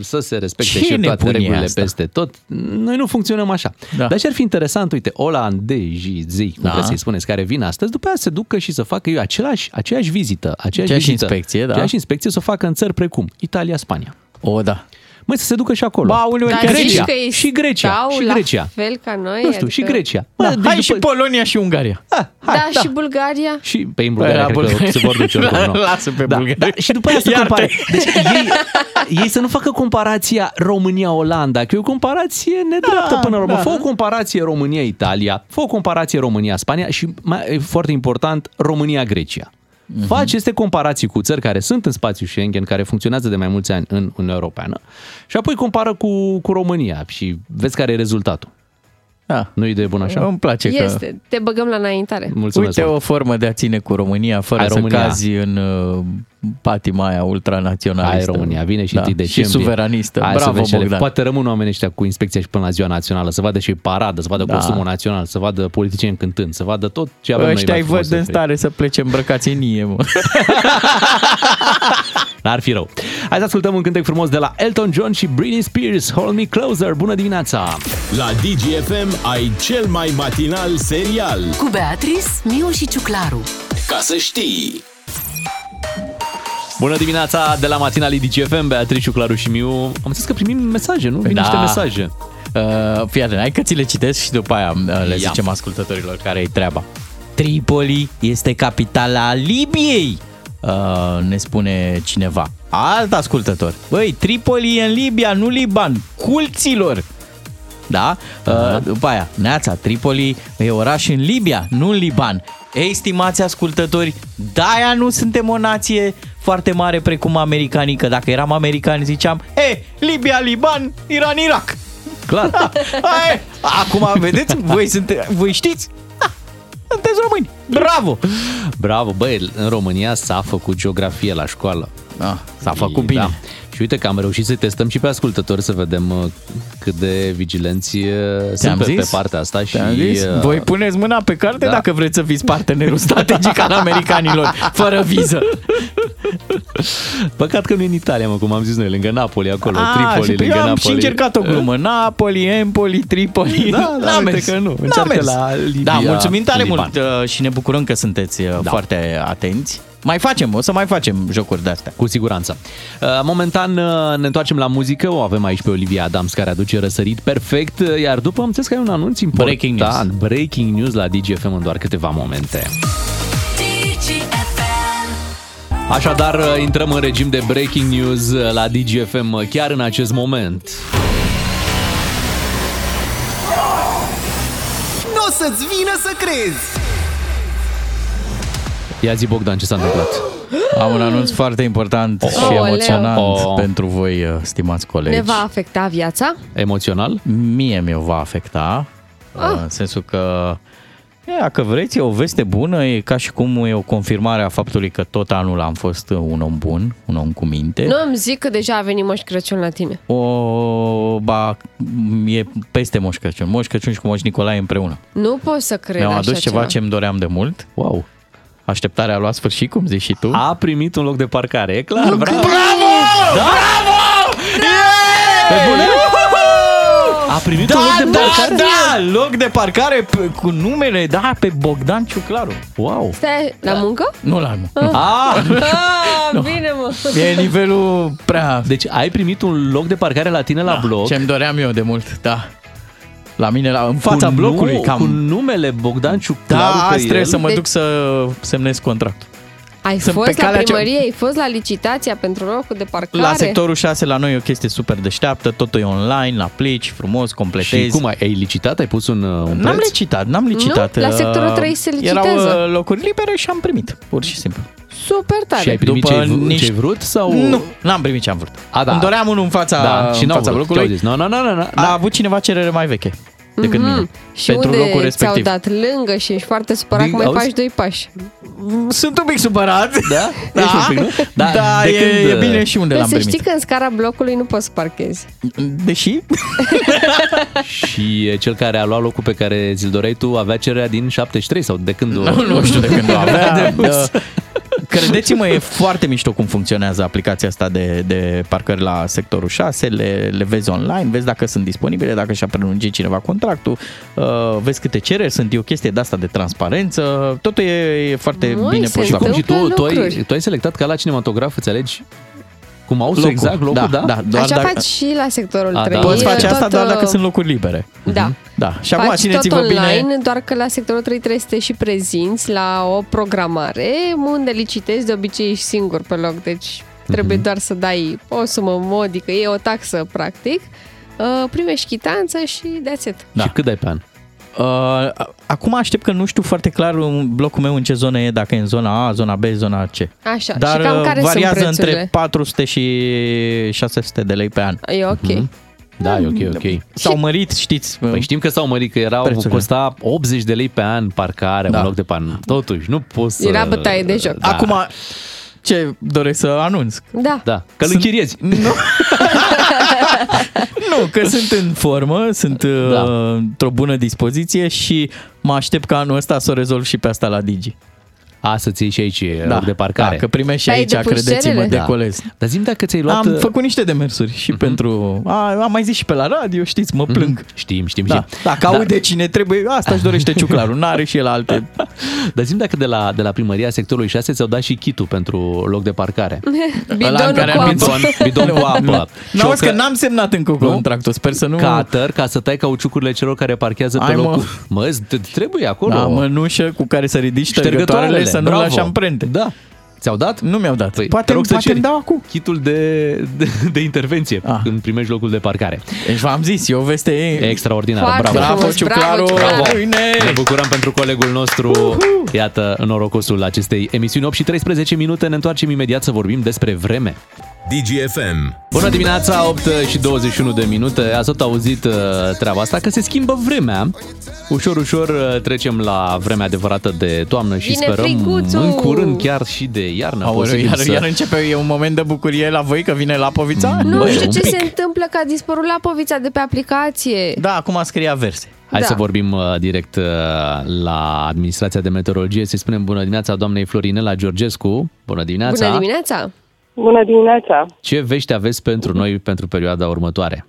să se respecte Ce și toate nebunie regulile asta? asta? peste tot. Noi nu funcționăm așa. Da. Da. Dar ce ar fi interesant, uite, olandezii, zei, cum Da. vreți să-i spuneți, care vin astăzi, după aia se ducă și să facă eu același, aceeași vizită, aceeași, Aceeași vizită, inspecție, da. aceeași inspecție să o facă în țări precum Italia, Spania. O, da. Măi, să se ducă și acolo. Ba, aoleu, și Dar chiar zici Grecia, că ei și Grecia, stau și la Grecia. fel ca noi? Nu știu, și adică- Grecia. Mă, da deci hai după- și Polonia și Ungaria. Ah, hai, Da, și Bulgaria? și păi, pe în Bulgaria, cred că se vor (laughs) duce oricum, nu? Lasă pe da, Bulgaria. da, și după aia să Iartă. compare. Deci ei, ei să nu facă comparația România-Olanda, că e o comparație nedreaptă da, până la urmă. Da. Fă o comparație România-Italia, fă o comparație România-Spania și, mai, e foarte important, România-Grecia. Mhm. Mm-hmm. Fă aceste comparații cu țări care sunt în spațiul Schengen, care funcționează de mai mulți ani în Uniunea Europeană și apoi compară cu, cu România și vezi care e rezultatul. Da. Nu e idee bună așa? Îmi place că... Este. Te băgăm la înaintare. Mulțumesc Uite mult. o formă de a ține cu România fără Hai, să România. cazi în uh, patima aia ultranaționalistă. Hai România, vine și da. 1 decembrie. Și suveranistă. Hai să Bravo, vezi ce le- Bogdan. Poate rămân oamenii ăștia cu inspecția și până la ziua națională, să vadă și paradă, să vadă da. Da. costumul național, să vadă politicieni cântând, să vadă tot ce avem Ăștia noi. ai mai văd frumos de în oferit. stare să plece îmbrăcați în ie, mă. N-ar fi rău. Hai să ascultăm un cântec frumos de la Elton John și Britney Spears, Hold Me Closer. Bună dimineața! La DGFM ai cel mai matinal serial. Cu Beatrice, Miu și Ciuclaru. Ca să știi! Bună dimineața de la matina Lidi CFM, Beatrice, Claru și Miu. Am zis că primim mesaje, nu? Vin Da. niște mesaje. Uh, fii atent, hai că ți le citesc și după aia uh, le Ia. zicem ascultătorilor care e treaba. Tripoli este capitala Libiei, uh, ne spune cineva. Alt ascultător. Băi, Tripoli e în Libia, nu Liban. Culților! Da? Uh, după aia, Neața, Tripoli e oraș în Libia, nu în Liban. Ei, stimați ascultători, de-aia nu suntem o nație foarte mare precum americanii, că dacă eram americani ziceam, "Eh, e, Libia, Liban, Iran, Irak. Clar. Aia, e. acum, vedeți, voi, sunte, voi știți? Ha, Sunteți români. Bravo! Bravo, băi, în România s-a făcut geografie la școală. Ah, s-a făcut bine. Și uite că am reușit să testăm și pe ascultători să vedem uh, cât de vigilenți uh, sunt pe, pe zis? partea asta și Te-am zis? uh, Voi puneți mâna pe carte da. da. dacă vreți să fiți partenerul strategic al (laughs) americanilor, fără viză. Păcat că nu e în Italia, mă, cum am zis noi, lângă Napoli, acolo, Ah, Tripoli, și, lângă eu am Napoli. și încercat o glumă. Napoli, Empoli, Tripoli. (laughs) Da, da, N-a uite Păi, mers. că nu. N-a Încearcă mers. la Libia, Da, mulțumim tare Liban. mult uh, și ne bucurăm că sunteți uh, foarte atenți. Mai facem, o să mai facem jocuri de astea. Cu siguranță. Uh, Momentan uh, ne întoarcem la muzică, o avem aici pe Olivia Adams care aduce răsărit perfect, uh, iar după am înțeles că ai un anunț important. Da, Breaking news. Breaking news la DGFM în doar câteva momente. Așadar, uh, intrăm în regim de breaking news uh, la DGFM uh, chiar în acest moment. Nu o să-ți vină să crezi! Ia zi, Bogdan, ce s-a întâmplat? Am un anunț foarte important și Aoleu. emoționant Oh. pentru voi, uh, stimați colegi. Ne va afecta viața? Emoțional? Mie mi-o va afecta, Ah. ah. în sensul că, e, dacă vreți, e o veste bună, e ca și cum e o confirmare a faptului că tot anul am fost uh, un om bun, un om cu minte. Nu îmi zic că deja a venit Moș Crăciun la tine. O, ba, e peste Moș Crăciun. Moș Crăciun și cu Moș Nicolae împreună. Nu pot să cred Mi-am așa adus ceva ce îmi doream de mult. Wow! Așteptarea a luat sfârșit, cum zici și tu. A primit un loc de parcare, e clar. Bravo! Da? Pe bune? A primit da, un loc da, de parcare? Da, loc de parcare pe, cu numele, da, pe Bogdan Ciuclaru. Wow. Stai, la muncă? Nu la nu. Ah. (laughs) Ah, bine mă! E nivelul prea... Da, Deci ai primit un loc de parcare la tine la bloc. Ce-mi doream eu de mult, da. (laughs) La mine, la, în fața cu blocului, nu, cam... Cu numele Bogdan Ciuclaru da, pe azi trebuie el. să mă Deci- duc să semnez contractul. Ai Sunt fost pe la calea ce- primărie, ai fost la licitația pentru locul de parcare? La sectorul 6, la noi, e o chestie super deșteaptă, totul e online, aplici, frumos, completezi. Și cum ai, ai licitat? Ai pus un, uh, un N-am preț? licitat, n-am licitat. la sectorul Uh, trei se licitează. Erau uh, locuri libere și am primit, pur și simplu. Super tare! Și ai primit După ce ai, vr- nici- ce ai vrut? Sau... Nu, n-am primit ce am vrut. A, da. Îmi doream unul în fața, Da, și în n-au fața vrut. blocului. Ce-au zis? Nu, nu, nu, nu, nu. A avut cineva cerere mai veche decât Mhm. mine. Și pentru unde locul respectiv. ți-au dat lângă și ești foarte supărat Din- că mai auzi? faci doi pași. Sunt un pic supărat. Da? da. Ești un pic, nu? Da, Da, de e, când, e bine uh, și unde Dar l-am Păi să știi primit. că în scara blocului nu poți să parchezi. Deși, Și uh, cel care a luat locul pe care ți-l doreai tu avea cererea din 73 sau de când? o- nu, nu știu de când (laughs) (laughs) o avea. De mult. da. Credeți-mă, e foarte mișto cum funcționează aplicația asta de, de parcări la sectorul 6, le, le vezi online, vezi dacă sunt disponibile, dacă și-a prelungit cineva contractul, uh, vezi câte cereri sunt, e o chestie de asta de transparență, totul e, e foarte Măi, bine se pus Și la cum punct. și tu, Întâmplă tu ai, lucruri. tu ai selectat ca la cinematograf, îți alegi cum au Locul. exact locul, da? da? da doar așa dacă- faci și la sectorul A, da. 3. Poți E face asta tot, doar dacă uh, sunt locuri libere. Da. Da. Și acum Faci țineți-vă tot online, bine. doar că la sectorul 3 trebuie să te și prezinți la o programare unde licitezi, de obicei ești singur pe loc, deci trebuie Mhm. doar să dai o sumă modică, e o taxă practic, uh, primești chitanță și that's it. Și Da. cât ai pe an? Uh, acum aștept că nu știu foarte clar în blocul meu în ce zonă e, dacă e în zona A, zona B, zona C. Așa, Dar și cam uh, care variază sunt prețurile? între 400 și 600 de lei pe an. Mm-hmm. E ok. Da, e ok, ok. S-au mărit, știți. uh, Păi știm că s-au mărit, că erau, Prețurile. costa 80 de lei pe an parcare, da. Da. un loc de pan. Totuși, nu poți să... Era bătaie de joc. Da. Acum, ce doresc să anunț? Da. Da, că îl închiriezi. (laughs) Nu. nu, că sunt în formă, sunt da. într-o bună dispoziție și mă aștept ca anul ăsta să o rezolv și pe asta la Digi. A, să-ți iei și aici da, loc de parcare. da, că primești și Ai aici, depus credeți-mă, cerere? decolez. Da. Dar zim dacă ți-ai luat... Mhm. Am făcut niște demersuri și pentru... A, am mai zis și pe la radio, știți, mă plâng. Știm, știm, Da, știm. dacă Mhm. Da. aude cine trebuie, asta își (laughs) dorește ciuclarul, n-are și el alte. Dar zim dacă de la, de la primăria sectorului 6 ți-au dat și kitul pentru loc de parcare. (laughs) Ăla în Bidonul care cu am apă. bidon, bidon cu apă. Nu, auzi Ciocă- că n-am semnat încă contractul, sper să nu... Cutter, ca să tai cauciucurile celor care parchează pe Hai, mă. locul. Mă, îți- te- trebuie acolo. Da, mănușă cu care să ridici ștergătoarele, Ștergătoarele, să nu bravo. lași amprente. Da. Ți-au dat? Nu mi-au dat. Păi, te poate rog să poate ceri. îmi dau acum. Kitul de, de, de intervenție ah. când primești locul de parcare. Deci v-am zis, e o veste extraordinară. Foarte bravo. frumos, Bravo, Ciuclaru. bravo, Ciuclaru. Bine. Ne bucurăm pentru colegul nostru. Iată norocosul acestei emisiuni. 8 și 13 minute. Ne întoarcem imediat să vorbim despre vreme. DGFM. Bună dimineața, 8 și 21 de minute. Ați tot auzit uh, treaba asta, că se schimbă vremea. Ușor, ușor uh, trecem la vremea adevărată de toamnă și Vine sperăm fricuțul! în curând chiar și de iarnă. Aoleu, posibil iar, să... iar începe e un moment de bucurie la voi că vine Lapovița? Nu Băi, știu Mm, un ce pic. se întâmplă că a dispărut Lapovița de pe aplicație. Da, acum scria verse. Hai Da. să vorbim uh, direct uh, la administrația de meteorologie. Să spunem bună dimineața doamnei Florinela Georgescu. Bună dimineața. Bună dimineața! Bună dimineața! Ce vești aveți pentru noi pentru perioada următoare?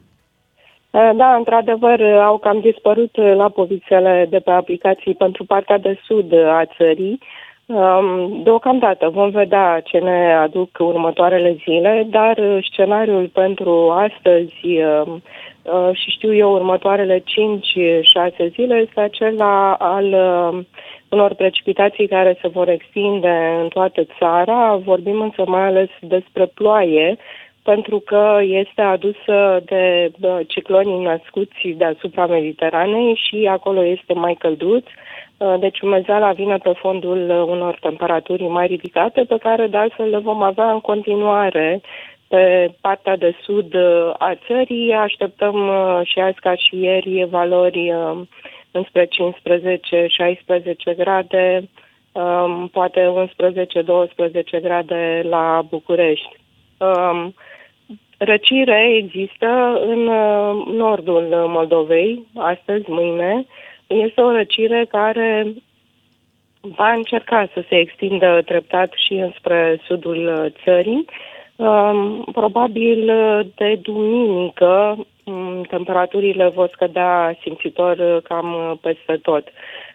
Da, într-adevăr, au cam dispărut lapovițele de pe aplicații pentru partea de sud eh, a țării. Um, Deocamdată vom vedea ce ne aduc următoarele zile, dar uh, scenariul pentru astăzi um, uh, și știu eu următoarele 5-6 zile este acela al um, unor precipitații care se vor extinde în toată țara. Vorbim însă mai ales despre ploaie, pentru că este adusă de bă, ciclonii născuți deasupra Mediteranei și acolo este mai călduț. Uh, Deci umezeala vine pe fondul uh, unor temperaturi mai ridicate, pe care de altfel le vom avea în continuare pe partea de sud uh, a țării. Așteptăm uh, și azi ca și ieri valori uh, înspre 15-16 grade, um, poate 11-12 grade la București. Um, Răcire există în uh, nordul uh, Moldovei, astăzi, mâine. Este o răcire care va încerca să se extindă treptat și înspre sudul uh, țării. Um, Probabil uh, de duminică um, temperaturile vor scădea simțitor uh, cam uh, peste tot.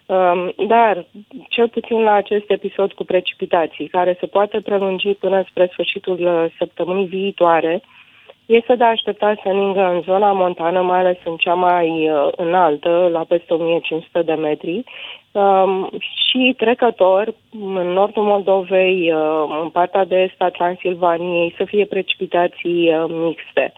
Um, Dar, cel puțin la acest episod cu precipitații, care se poate prelungi până spre sfârșitul uh, săptămânii viitoare, este de așteptat să ningă în zona montană, mai ales în cea mai uh, înaltă, la peste 1500 de metri, um, și trecător în nordul Moldovei, uh, în partea de est a Transilvaniei, să fie precipitații uh, mixte.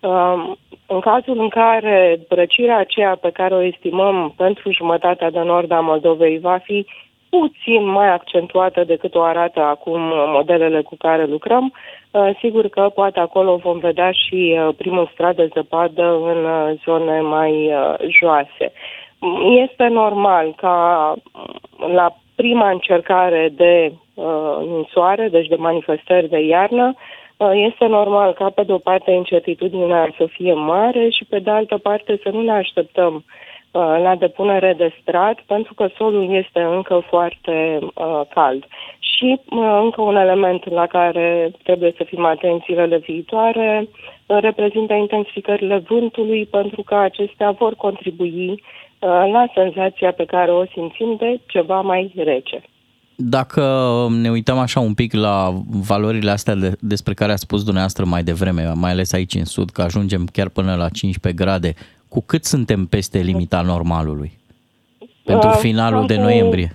Um, În cazul în care răcirea aceea pe care o estimăm pentru jumătatea de nord a Moldovei va fi puțin mai accentuată decât o arată acum uh, modelele cu care lucrăm, uh, sigur că poate acolo vom vedea și uh, primul strat de zăpadă în uh, zone mai uh, joase. Mm, Este normal ca uh, la prima încercare de uh, ninsoare, deci de manifestări de iarnă, uh, este normal ca pe de-o parte incertitudinea să fie mare și pe de altă parte să nu ne așteptăm uh, la depunere de strat pentru că solul este încă foarte uh, cald. Și uh, încă un element la care trebuie să fim atenți zilele viitoare uh, reprezintă intensificările vântului pentru că acestea vor contribui uh, la senzația pe care o simțim de ceva mai rece. Dacă um, ne uităm așa un pic la valorile astea de, despre care a spus dumneavoastră mai devreme, mai ales aici în sud, că ajungem chiar până la 15 grade, cu cât suntem peste limita normalului? Pentru Uh, finalul de cam cu- noiembrie.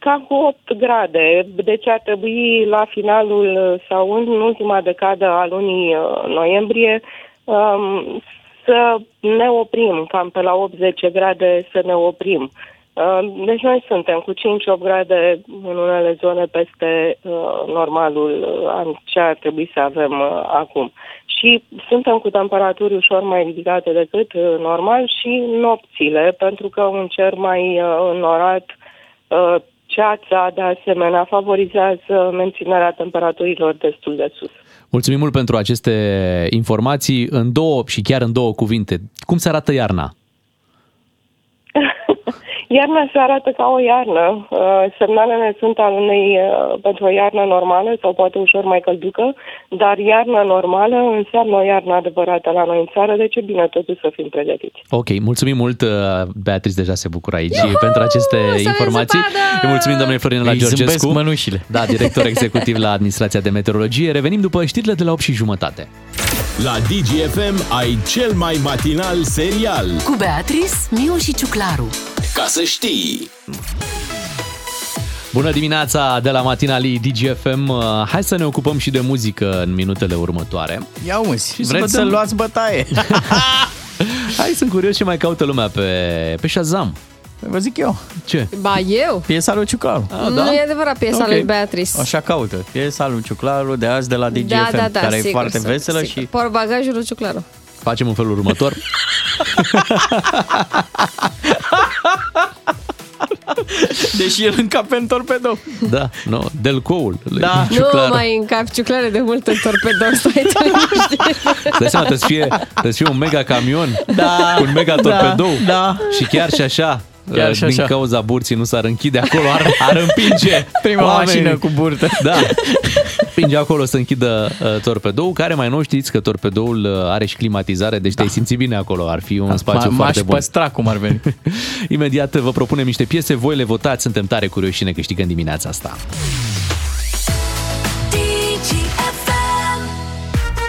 Cam cu 8 grade, deci ar trebui la finalul sau în ultima decadă a lunii uh, noiembrie um, să ne oprim, cam pe la 80 grade să ne oprim. Um, Deci noi suntem cu 5-8 grade în unele zone peste uh, normalul uh, an- ce ar trebui să avem uh, acum. Și suntem cu temperaturi ușor mai ridicate decât uh, normal și nopțile, pentru că un cer mai uh, înorat Uh, Ceața, de asemenea, favorizează menținerea temperaturilor destul de sus. Mulțumim mult pentru aceste informații în două și chiar în două cuvinte. Cum se arată iarna? Iarna se arată ca o iarnă. Uh, Semnalele sunt al unei, uh, pentru o iarnă normală sau poate ușor mai călducă, dar iarna normală înseamnă o iarnă adevărată la noi în țară, deci e bine totuși să fim pregătiți. Ok, mulțumim mult, uh, Beatrice deja se bucură aici Iuhu, pentru aceste informații. Îi mulțumim doamnei Florinela Îi zâmbesc Georgescu. mănușile. Da, director executiv la Administrația de Meteorologie. Revenim după știrile de la 8 și jumătate. La DGFM ai cel mai matinal serial. Cu Beatrice, Miu și Ciuclaru. Ca să știi! Bună dimineața de la Matinali DGFM. Uh, Hai să ne ocupăm și de muzică în minutele următoare. Ia uzi, Și să vreți vedem- să luați bătaie? Hai, sunt curios ce mai caută lumea pe, pe Shazam. Vă zic eu. Ce? Ba eu? (laughs) Piesa lui Ciuclaru. Nu e adevărat piesa Ah, da? Ok. lui Beatrice. Da, Așa caută. Piesa lui Ciuclaru de azi de la DGFM, care e foarte sigur, veselă sigur. și Porbagajul lui Ciuclaru. Facem în felul următor. Deși el încape în torpedo. Da, nu, no, Delcoul. lui Da. Ciuclaru. Nu mai încap ciuclare de mult în torpedo, stai (laughs) Îți Dai seama, trebuie să fie, trebuie să fie un mega camion Da. cu un mega Da. torpedou. Da. Și chiar și așa, uh, Chiar și din așa. cauza burții nu s-ar închide acolo, ar, ar împinge Prima oamenii. mașină cu burtă. Da. Pinge acolo să închidă uh, torpedou, care mai nou știți că torpedoul uh, are și climatizare, deci te-ai simți bine acolo, ar fi un spațiu Da. m-aș foarte bun. păstra cum ar veni. Imediat vă propunem niște piese, voi le votați, suntem tare curioși și ne câștigăm dimineața asta. uh,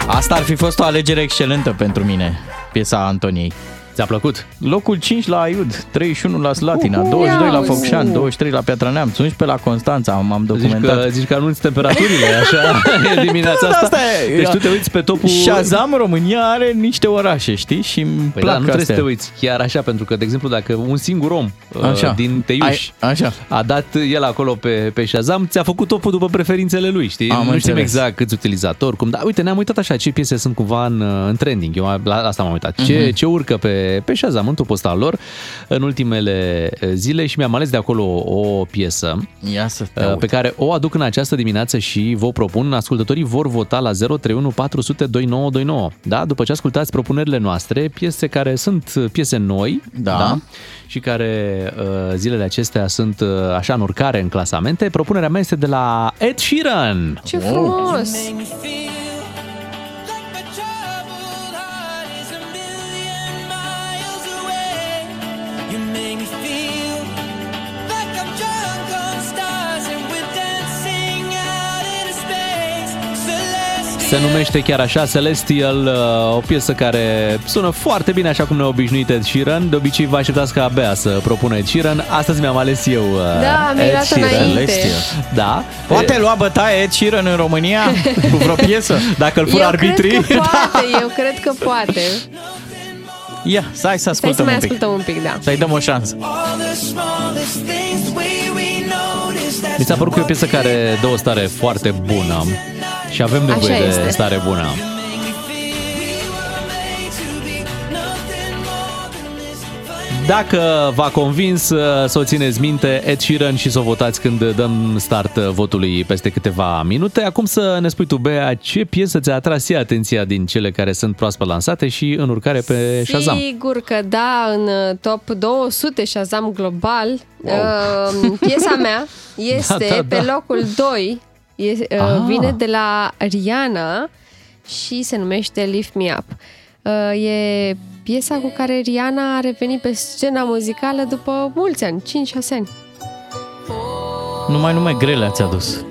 Asta ar fi fost o alegere excelentă pentru mine, piesa Antoniei. Ți-a plăcut? Locul 5 la Aiud, 31 la Slatina, Uhu, 22 la ia Focșani, uzi. 23 la Piatra Neamț, 11 la Constanța, m-am Zici documentat. că, zici că anunți (laughs) temperaturile, așa, (laughs) e dimineața Da, asta. asta e. Deci tu te uiți pe topul... Shazam România are niște orașe, știi? Și îmi Păi plac da, nu trebuie astea. să te uiți chiar așa, pentru că, de exemplu, dacă un singur om uh, Așa. din Teiuș Ai- așa. a dat el acolo pe, pe Shazam, ți-a făcut topul după preferințele lui, știi? Am nu știm înțeles. exact câți utilizatori, cum, dar uite, ne-am uitat așa, ce piese sunt cumva în, uh, în trending, eu la la asta m-am uitat, ce, Mhm. ce urcă pe, pe Shazam în topul ăsta al lor în ultimele uh, zile și mi-am ales de acolo o piesă Ia să te uh, aud. pe care o aduc în această dimineață și vă propun. Ascultătorii vor vota la 031 400 2929. Da? După ce ascultați propunerile noastre, piese care sunt uh, piese noi, da. da? și care uh, zilele acestea sunt uh, așa în urcare în clasamente, propunerea mea este de la Ed Sheeran. Ce frumos! Se numește chiar așa Celestial, uh, o piesă care sună foarte bine așa cum ne-a obișnuit Ed Sheeran. De obicei vă așteptați ca Bea să propună Ed Sheeran. Astăzi mi-am ales eu uh, Da, mi-ai Ed luat Sheeran. înainte. Da. Poate lua bătaie Ed Sheeran în România (laughs) cu vreo piesă? Dacă îl eu (laughs) cred (laughs) Da. că Da. poate, eu cred că poate. Ia, stai să Stai să ascultăm mai un pic. ascultăm un pic, da. Să-i dăm o șansă. Mi s-a părut că e o piesă care dă o stare foarte bună și avem nevoie Așa de este. stare bună. Dacă v-a convins uh, să o țineți minte, Ed Sheeran și să o votați când dăm start uh, votului peste câteva minute. Acum să ne spui tu, Bea, ce piesă ți-a atras ea atenția din cele care sunt proaspăt lansate și în urcare pe Shazam? Sigur că da, în uh, top 200 Shazam global, wow. piesa (laughs) mea este Da, da, pe da. locul 2, e, uh, Ah. vine de la Rihanna și se numește Lift Me Up. Uh, E piesa cu care Rihanna a revenit pe scena muzicală după mulți ani, 5-6 ani. Numai nume grele ți-a dus.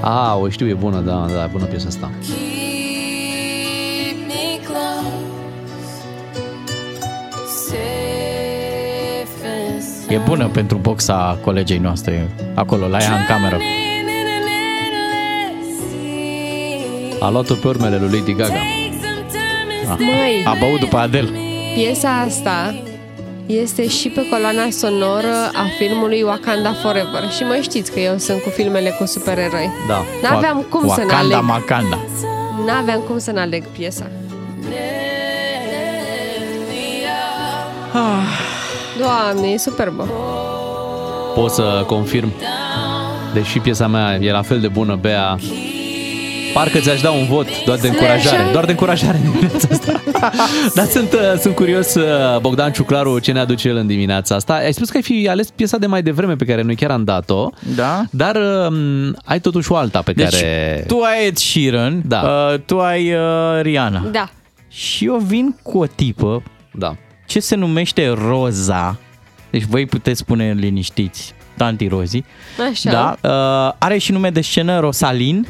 A, o știu, e bună, da, da, e bună piesa asta. (laughs) E bună pentru boxa colegei noastre, acolo, la ea în cameră. A luat-o pe urmele lui Lady Gaga. Măi. A băut după Adele. Ah. Piesa asta este și pe coloana sonoră a filmului Wakanda Forever. Și mă știți că eu sunt cu filmele cu supereroi. Da. N-aveam cum să ne Wakanda, aleg. Macanda. N-aveam cum să n-aleg piesa. Ah. Doamne, e superbă. Pot să confirm. Deși piesa mea e la fel de bună, Bea, Parcă ți-aș da un vot, doar de Slash încurajare. and- Doar de încurajare (laughs) în dimineața asta. Dar sunt, uh, sunt curios, uh, Bogdan Ciuclaru, ce ne aduce el în dimineața asta. Ai spus că ai fi ales piesa de mai devreme pe care noi chiar am dat-o. Da. Dar um, ai totuși o alta pe Deci, care... tu ai Ed Sheeran, da. uh, tu ai uh, Rihanna. Da. Și eu vin cu o tipă da. ce se numește Roza. Deci voi puteți spune liniștiți, tanti Rozi. Așa. Da. Uh, are și nume de scenă Rosalin.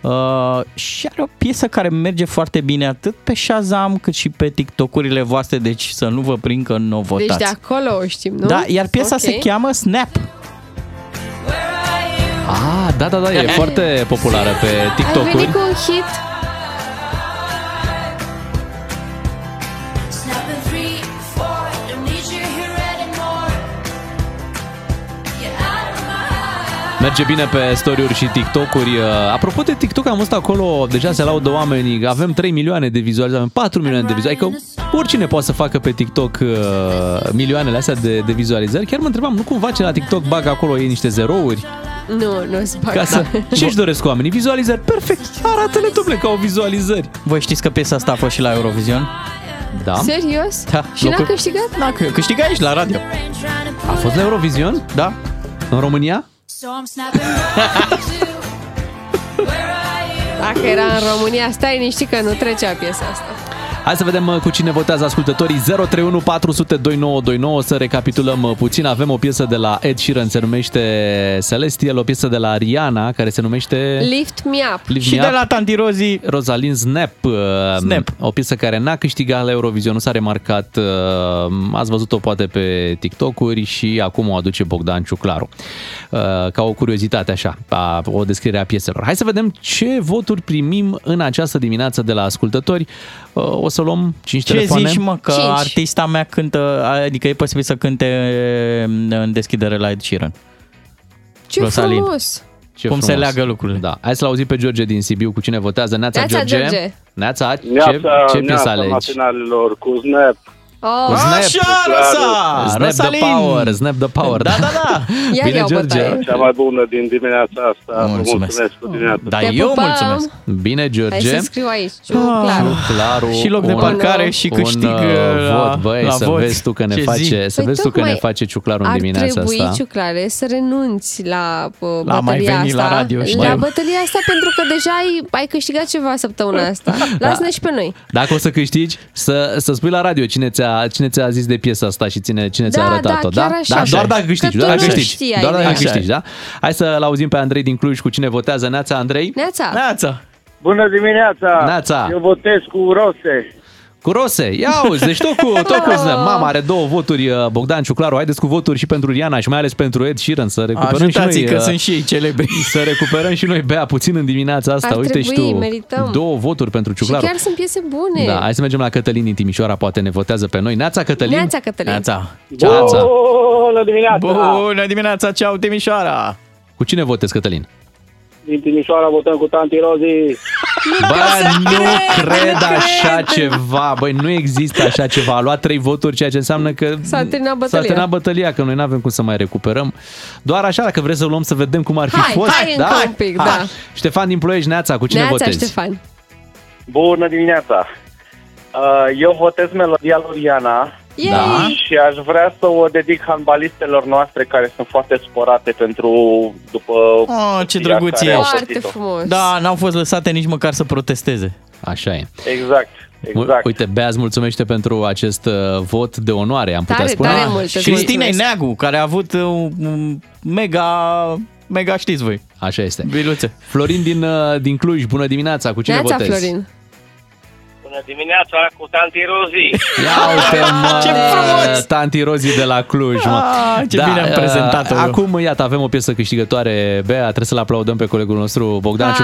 Uh, și are o piesă care merge foarte bine atât pe Shazam cât și pe TikTok-urile voastre, deci să nu vă prind că nu o votați. Deci de acolo o știm, nu? Da, iar piesa Ok. se cheamă Snap. Ah, da, da, da, e foarte populară pe Ai venit TikTok-uri. cu un hit Merge bine pe story-uri și TikTok-uri. Uh, Apropo de TikTok, am văzut acolo, deja se laudă oamenii, că avem 3 milioane de vizualizări, avem 4 milioane de vizualizări. Adică oricine poate să facă pe TikTok uh, milioanele astea de, de vizualizări. Chiar mă întrebam, nu cumva ce la TikTok bagă acolo ei niște zerouri? Păi Nu, nu se Ca (laughs) să... Ce Ce-și doresc oamenii? Vizualizări. Perfect. Arată-le, domnule, ca o vizualizări. Voi știți că piesa asta a fost și la Eurovision? Da. Serios? Da. Și n-a Locul- câștigat? N-a câ- câștigat aici la radio. A fost la Eurovision? Da. În România? (laughs) Dacă era în România, stai liniștit că nu trecea piesa asta. Hai să vedem uh, cu cine votează ascultătorii 031 400 2929 Să recapitulăm uh, puțin Avem o piesă de la Ed Sheeran Se numește Celestial O piesă de la Rihanna Care se numește Lift me up. Lift Me Up. Tantirozi Rosalin Snap, uh, Snap. O piesă care n-a câștigat la Eurovision Nu s-a remarcat uh, Ați văzut-o poate pe TikTok-uri Și acum o aduce Bogdan Ciuclaru Uh, Ca o curiozitate așa a, O descriere a pieselor Hai să vedem ce voturi primim în această dimineață De la ascultători Uh, O să luăm 5 Ce telefoane zici, mă, că artista mea cântă, adică e posibil să cânte mm, în deschidere la Ed Sheeran. Ce Rosalin. frumos! Ce Cum se leagă lucrurile. Da. Hai să-l auzim pe George din Sibiu cu cine votează. Neața, Neața, George. George. Neața, ce, Neața, ce piesă neața alegi? matinalilor cu Snap. Oh. Cu Snap. Ah, Rosa! Snap Rosalin! the power, snap the power. Da, da, da. Ia, (laughs) Bine, ia o George. bătaie. Cea mai bună din dimineața asta. Mulțumesc. Mulțumesc. Mulțumesc cu dimineața. Da, Te eu pupăm. mulțumesc. Bine, Hai George. să scriu aici. Clar. Claru, Și loc de un- parcare și un, câștig, uh, la- vot, băi, la să vot. vezi tu că ne Ce zi? face, să Păi vezi tu că ne tocmai face ciuclarul în Ar dimineața trebui, asta. Ciuclare, să renunți la, uh, La mai bătălia veni la asta, radio și la mai- bătălia asta, pentru că deja ai, ai câștigat ceva săptămâna (laughs) asta. Da. Lasă-ne și pe noi. Dacă o să câștigi, să, să spui la radio cine ți-a, cine ți-a zis de piesa asta și cine, cine ți-a Da, arătat-o, da, da? chiar așa. da doar Așa dacă e. câștigi, Că doar tu dacă nu câștigi, știai, doar dacă da. câștigi, Așa e. da? Hai să-l auzim pe Andrei din Cluj cu cine votează. Neața, Andrei? Neața. Neața. Bună dimineața! Neața. Eu votez cu Rose. Cu Rose, ia uzi, deci tot (laughs) cu, tot cu Snap. Mama are două voturi, uh, Bogdan Ciuclaru, haideți cu voturi și pentru Riana și mai ales pentru Ed Sheeran să recuperăm și Ajutați-i noi, că uh, sunt și ei celebri. (laughs) Să recuperăm și noi, Bea, puțin în dimineața asta. Ar Uite și trebui, tu, merităm. două voturi pentru Și Ciuclaru. chiar sunt piese bune. Da, hai să mergem la Cătălin din Timișoara, poate ne votează pe noi. Neața Cătălin. Neața, Cătălin. Neața. Ceața. Bună dimineața! Bună dimineața, ceau Timișoara! Cu cine votezi, Cătălin? Din Timișoara votăm cu Tanti Rozi. Bă, nu cred așa ceva. Băi, nu există așa ceva. A luat trei voturi, ceea ce înseamnă că S-a terminat s-a bătălia. terminat bătălia, că noi nu avem cum să mai recuperăm. Doar așa, dacă vreți să luăm să vedem cum ar fi Hai, fost. hai încă un pic, da. Ștefan din Ploiești, Neața, cu cine Neața, votezi? Ștefan. Bună dimineața! Uh, Eu votez melodia lui Riana Da. și aș vrea să o dedic handbalistelor noastre care sunt foarte sporate pentru după... Oh, ce copia drăguț care e. au pățit-o. Da, n-au fost lăsate nici măcar să protesteze. Așa e. Exact. Exact. Uite, Bea îți mulțumește pentru acest uh, vot de onoare, am putea Tare, spune. tare mult, îți Cristinei mulțumesc. Neagu, care a avut uh, mega, mega știți voi. Așa este. Biluțe. Florin din, uh, din Cluj, bună dimineața, cu cine Neața, votezi? Florin. Bună dimineața cu Tanti Rozi. Ia uite, mă, ce frumos! Uh, Tanti Rozi de la Cluj, mă. Ah, ce bine am uh, prezentat-o eu. Acum, iată, avem o piesă câștigătoare, Bea, trebuie să-l aplaudăm pe colegul nostru Bogdan Hai,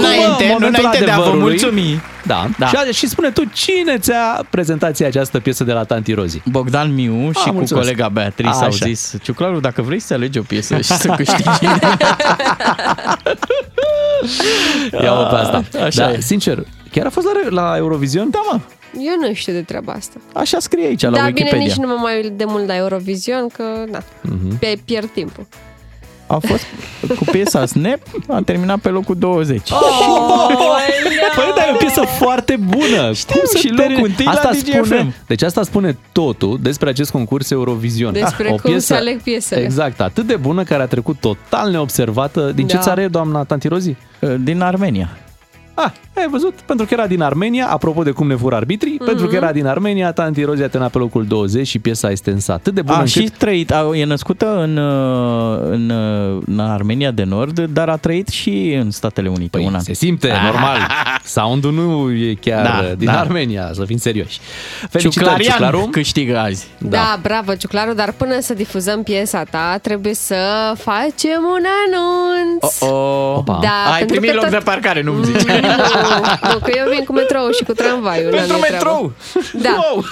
Nu înainte, nu momentul înainte de a vă adevărului- mulțumi. Da. Da. da. Și, a- și spune tu, cine ți-a prezentat ție această piesă de la Tanti Rozi? Ah, Bogdan Miu și cu colega Beatrice au zis, Ciuclaru, dacă vrei să alegi o piesă și să câștigi. (laughs) Ia-o pe asta. Ah, Așa da, e. Sincer, chiar a fost la, la Eurovision? Da, mă. Eu nu știu de treaba asta. Așa scrie aici la da, Wikipedia. bine, nici nu mă mai uit de mult la Eurovision, că na, Mhm. mm-hmm. pierd timpul. (laughs) a fost cu piesa Snap, a terminat pe locul 20. Oh, (laughs) păi da, e o piesă foarte bună. Știu, Cum și locul întâi asta spune, Deci asta spune totul despre acest concurs Eurovision. Despre cum să aleg piesele. Exact, atât de bună care a trecut total neobservată. Din Da. ce țară e doamna Tantirozi? Din Armenia. Ah, ai văzut? Pentru că era din Armenia, apropo de cum ne fură arbitrii, Mhm. mm-hmm. pentru că era din Armenia, Tanti Rozi a terminat pe locul 20 și piesa este însă atât de bună A, încât... Ah, și trăit, a, e născută în, uh, în, uh, în Armenia de Nord, dar a trăit și în Statele Unite păi, un an. Se simte, (laughs) normal. Sound-ul nu e chiar da, din da. Armenia, să fim serioși. Felicitări, Ciuclarian Ciuclaru. câștigă azi. Da. da, bravo, Ciuclaru, dar până să difuzăm piesa ta, trebuie să facem un anunț. Oh, Opa. Da, Ai pentru primit că loc tot- de parcare, nu-mi zici. (laughs) Nu, nu, că eu vin cu metrou și cu tramvaiul. Pentru n-am eu treabă. metrou? Da. Wow.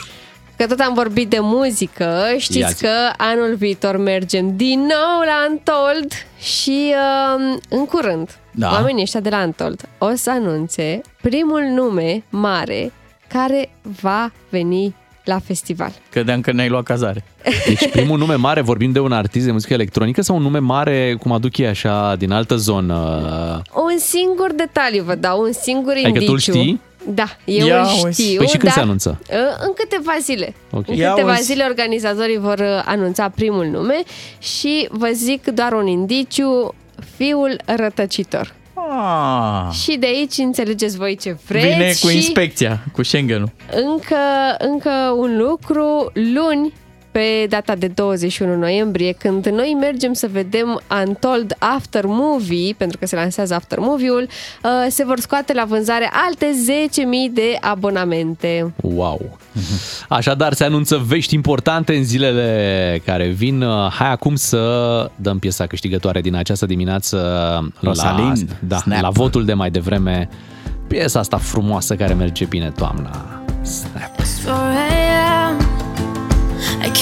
Că tot am vorbit de muzică, Ia știți zi. că anul viitor mergem din nou la Antold și uh, în curând Da. oamenii ăștia de la Antold o să anunțe primul nume mare care va veni la festival. Credeam că ne-ai luat cazare. Deci primul nume mare, vorbim de un artist de muzică electronică sau un nume mare, cum aduc ei așa, din altă zonă? Un singur detaliu vă dau, un singur Adică tu Păi, indiciu. îl știi? Da, eu Ia îl uzi. știu. Păi și când dar, se anunță? uh, În câteva zile. Ok. În Ia câteva uzi. zile organizatorii vor uh, anunța primul nume și vă zic doar un indiciu, fiul rătăcitor. Ah. Și de aici înțelegeți voi ce vreți Vine și cu inspecția, cu Schengen-ul. încă, încă un lucru, luni pe data de 21 noiembrie, când noi mergem să vedem Untold After Movie, pentru că se lansează After Movie-ul, uh, se vor scoate la vânzare alte 10.000 de abonamente. Wow! Așadar, se anunță vești importante în zilele care vin. Hai acum să dăm piesa câștigătoare din această dimineață Rosalind, la, da, la votul de mai devreme. Piesa asta frumoasă care merge bine toamna. Snap. It's 4 a.m. I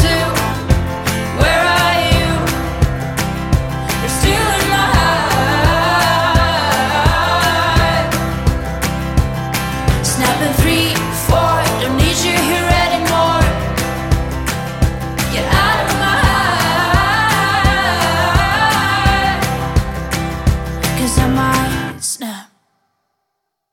two, where are you? You're still in my heart. Snapping three, four, don't need you here anymore. Get out of my heart. Cause I might snap.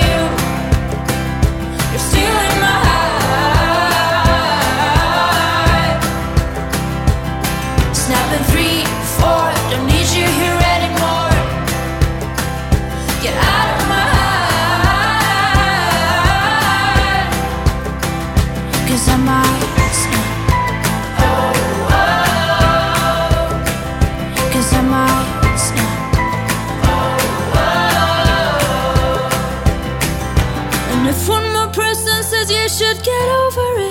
you? You're still in my heart. Snapping three, four, don't need you here anymore. Get out of my heart. Cause I might snap. Oh, oh. Cause I might snap. Oh, oh. And if one more person says you should get over it.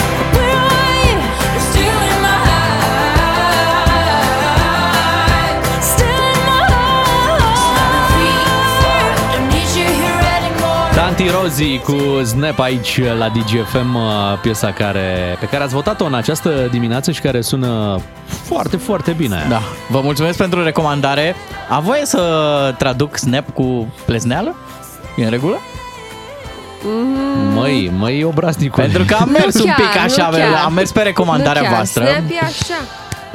Where are you? You're still in my heart. Still in my heart. Snapping three, four, don't need you here anymore. Tanti Rozi cu Snap aici la DGFM, uh, piesa care, pe care ați votat-o în această dimineață și care sună foarte, foarte bine. Da. Vă mulțumesc pentru recomandare. A voie să traduc Snap cu plezneală? E în regulă? Măi, măi, obraznicul. Pentru că am mers Nu un chiar, pic nu așa, chiar. am mers pe recomandarea Nu chiar, voastră. Snap e așa.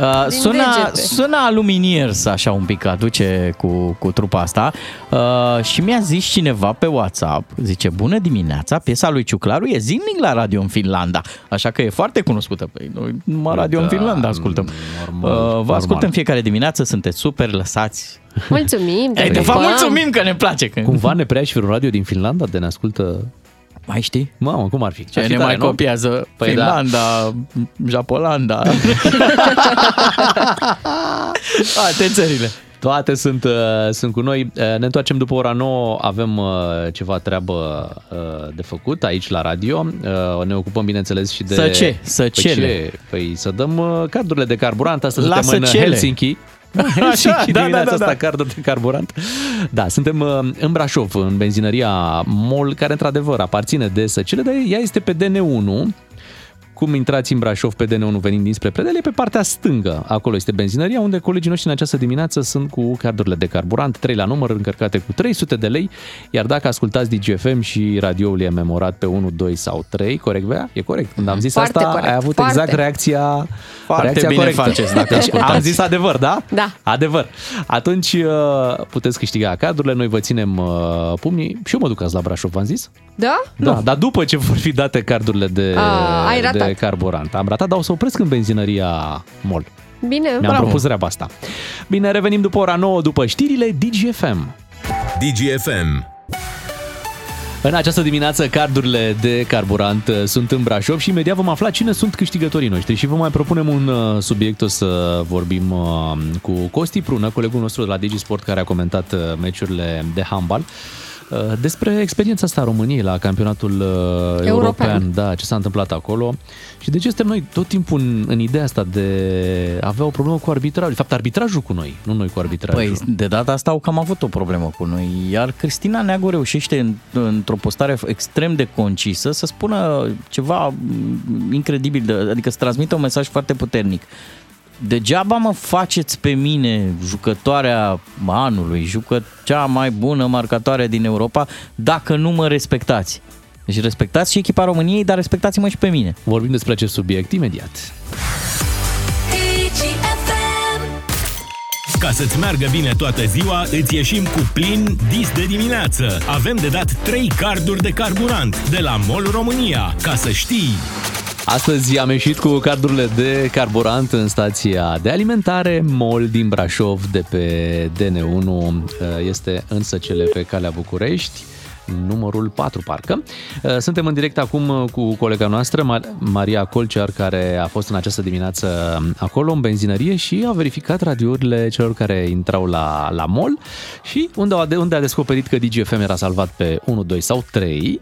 Uh, Din sună, degete. sună Aluminiers așa un pic, aduce cu, cu trupa asta uh, și mi-a zis cineva pe WhatsApp, zice, bună dimineața, piesa lui Ciuclaru e zilnic la radio în Finlanda, așa că e foarte cunoscută. Păi noi numai radio în Da, Finlanda ascultăm. Normal, uh, vă normal. ascultăm fiecare dimineață, sunteți super, lăsați. Mulțumim! te Ei, de fapt, pupăm. mulțumim că ne place. Că... Cumva ne prea și vreun radio din Finlanda de ne ascultă... Mai știi? Mamă, cum ar fi? Ce Ar fi ne tare, mai nu? copiază? Păi Finlanda, (laughs) Japolanda. Toate țările. Toate sunt, uh, sunt cu noi. Uh, Ne întoarcem după ora 9, avem uh, ceva treabă uh, de făcut aici la radio. Uh, Ne ocupăm, bineînțeles, și de... Să ce? Să Păi cele. ce? Păi să dăm uh, cardurile de carburant. Astăzi La suntem să în cele. Helsinki. Așa, (laughs) da, da, Și da, dimineața asta da. carduri de carburant. Da, suntem uh, în Brașov, în benzinăria MOL, care într-adevăr aparține de Săcele, dar ea este pe DN1. Cum intrați în Brașov pe DN1 venind dinspre Predele, pe partea stângă. Acolo este benzinăria, unde colegii noștri în această dimineață sunt cu cardurile de carburant, 3 la număr, încărcate cu 300 de lei, iar dacă ascultați DGFM și radioul e memorat pe 1, 2 sau 3, corect, Bea? E corect. Când am zis Foarte asta, corect, ai avut foarte. exact reacția, Foarte reacția bine corectă. faceți dacă (laughs) Deci am ascultați. zis adevăr, da? Da. Adevăr. Atunci uh, puteți câștiga cardurile, noi vă ținem uh, pumnii și eu mă duc azi la Brașov, v-am zis? Da? Da, dar după ce vor fi date cardurile de, A, ai de ratat. carburant. Am ratat, dar o să opresc în benzinăria MOL. Bine. Ne-am propus treaba asta. Bine, revenim după ora 9, după știrile DGFM. DGFM. În această dimineață, cardurile de carburant uh, sunt în Brașov și imediat vom afla cine sunt câștigătorii noștri și vă mai propunem un uh, subiect, o să vorbim uh, cu Costi Prună, colegul nostru de la Digisport care a comentat uh, meciurile de handbal. uh, Despre experiența asta a României la campionatul uh, european. european, da, ce s-a întâmplat acolo și de ce suntem noi tot timpul în, în ideea asta de a avea o problemă cu arbitrajul. De fapt, arbitrajul cu noi, nu noi cu arbitrajul. Păi, de data asta au cam avut o problemă cu noi, iar Cristina Neagu reușește în- într-o postare extrem de concisă să spună ceva m, incredibil, de, adică să transmită un mesaj foarte puternic. Degeaba mă faceți pe mine jucătoarea anului, jucă cea mai bună marcatoare din Europa, dacă nu mă respectați. Deci respectați și echipa României, dar respectați-mă și pe mine. Vorbim despre acest subiect imediat. Ca să-ți meargă bine toată ziua, îți ieșim cu plin dis de dimineață. Avem de dat 3 carduri de carburant de la MOL România. Ca să știi... Astăzi am ieșit cu cardurile de carburant în stația de alimentare MOL din Brașov de pe DN1. uh, Este însă cele pe calea București numărul 4 parcă. Uh, Suntem în direct acum cu colega noastră, Mar- Maria Colcear, care a fost în această dimineață acolo, în benzinărie și a verificat radiourile celor care intrau la, la mall și unde a, unde a descoperit că DGFM era salvat pe 1, 2 sau 3,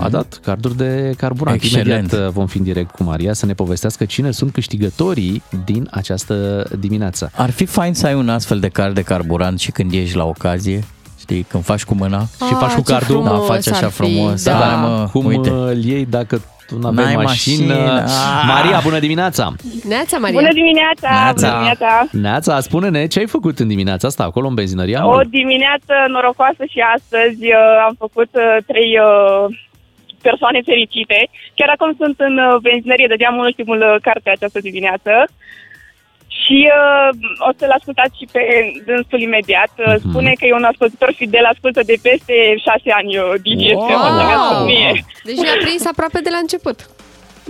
a dat carduri de carburant. Excelent. Imediat uh, vom fi în direct cu Maria să ne povestească cine sunt câștigătorii din această dimineață. Ar fi fain să ai un astfel de car de carburant și când ieși la ocazie, știi, când faci cu mâna și faci cu cardul. Da, faci așa frumos. Da, da mă, Cum uite. Uh, îl iei dacă tu nu N-ai aveai mașină? mașină. Maria, bună dimineața! Neața, Maria. Bună dimineața! Bună dimineața! Neața, spune-ne ce ai făcut în dimineața asta acolo în benzinăria? O dimineață norocoasă și astăzi uh, am făcut uh, trei uh, persoane fericite. Chiar acum sunt în uh, benzinărie, dădeam în ultimul uh, carte această dimineață. Și uh, o să-l ascultați și pe dânsul imediat. Uh, Spune că e un ascultător fidel, ascultă de peste șase ani uh, DGFM. Wow! Wow! Deci ne-a prins aproape de la început.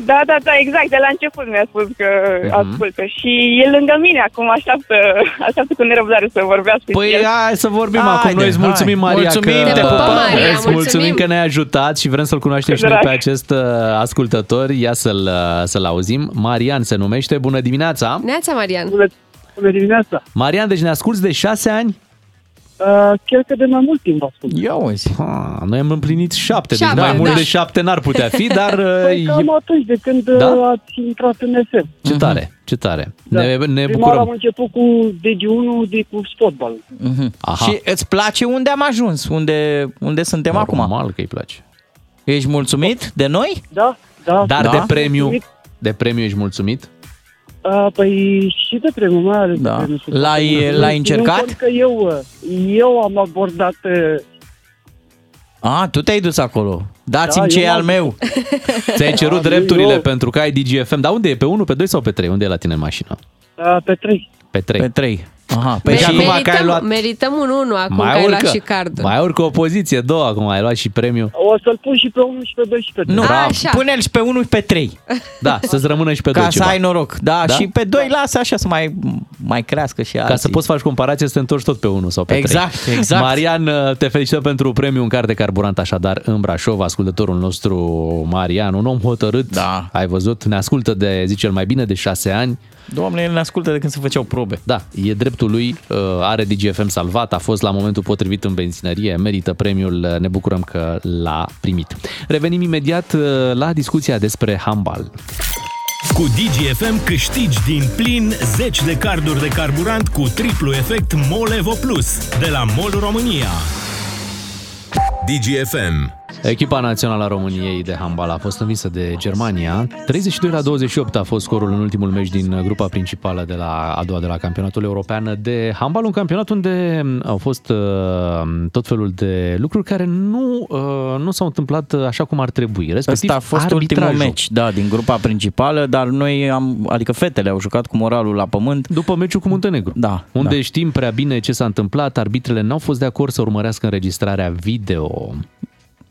Da, da, da, exact, de la început mi-a spus că Mhm. uh-huh. ascultă și e lângă mine acum, așteaptă, așteaptă cu nerăbdare să vorbească Păi cu el. hai să vorbim acum. Haide, Noi îți mulțumim, hai. Maria, Mulțumim, că... te pupăm, Maria, îți mulțumim mulțumim. că ne-ai ajutat și vrem să-l cunoaștem Cu și noi drag. pe acest uh, ascultător. Ia să-l, uh, să-l auzim. Marian se numește. Bună dimineața! Neața, Marian. Bună dimineața! Marian, deci ne asculti de șase ani? Uh, chiar că de mai mult timp ascult. Ia uzi. Ha, noi am împlinit șapte, Șapte, deci mai mult da. de șapte n-ar putea fi, (laughs) dar (laughs) Păi uh, cam e... atunci de când Da? da? ați intrat în SM. ce Mhm. tare, ce tare. Ne, Da. ne Prima oară am bucurăm. început cu DG1 de cu fotbal. Aha. Mhm. Și îți place unde am ajuns, unde, unde suntem acum. Normal că îi place. Ești mulțumit de noi? Da, da. Dar Da? de premiu, de premiu ești mulțumit? Uh, păi și de premiu, mai ales Da. de premiu. sunt L-ai- mulțumit. l-ai Ținând încercat? cont Că eu, uh, eu am abordat uh, A, tu te-ai dus acolo. Dați-mi Da, ce eu e al m-am- (laughs) meu. Ți-ai cerut Da, drepturile eu- pentru că ai DGFM, dar unde e? Pe 1, pe 2 sau pe 3? Unde e la tine în mașină? uh, pe 3. Pe 3. Pe 3. Aha, păi și acum că ai merităm, luat... merităm un 1 acum că Mai ai luat urcă, și cardul. mai urcă o poziție, două acum, ai luat și premiu. O să-l pun și pe 1 și pe 2 și pe 3. Nu, Bravo. Așa. pune-l și pe 1 și pe 3. Da, să-ți rămână și pe Ca doi să ceva. ai noroc. Da, Da? da? și pe 2 lasă așa să mai, mai crească și alții. Ca să poți face comparație, să te întorci tot pe 1 sau pe Exact, trei. exact. Marian, uh, te felicităm pentru premiul în carte carburant, așadar, în Brașov, ascultătorul nostru Marian, un om hotărât, da. ai văzut, ne ascultă de, zice el, mai bine de șase ani. Doamne, el ne ascultă de când se făceau probe. Da, e dreptul lui, uh, are DGFM salvat, a fost la momentul potrivit în benzinărie, merită premiul, uh, ne bucurăm că l-a primit. Revenim imediat uh, la discuția despre handbal. Cu DGFM câștigi din plin 10 de carduri de carburant cu triplu efect Molevo Plus de la MOL România. DGFM. Echipa națională a României de handbal a fost învinsă de Germania. 32 la 28 a fost scorul în ultimul meci din grupa principală de la a doua de la campionatul european de handbal, un campionat unde au fost uh, tot felul de lucruri care nu, uh, nu s-au întâmplat așa cum ar trebui. Respectiv, Ăsta a fost arbitrajul. ultimul meci, da, din grupa principală, dar noi am, adică fetele au jucat cu moralul la pământ. După meciul cu Muntenegru. Da. Unde da. da. știm prea bine ce s-a întâmplat, arbitrele n-au fost de acord să urmărească înregistrarea video.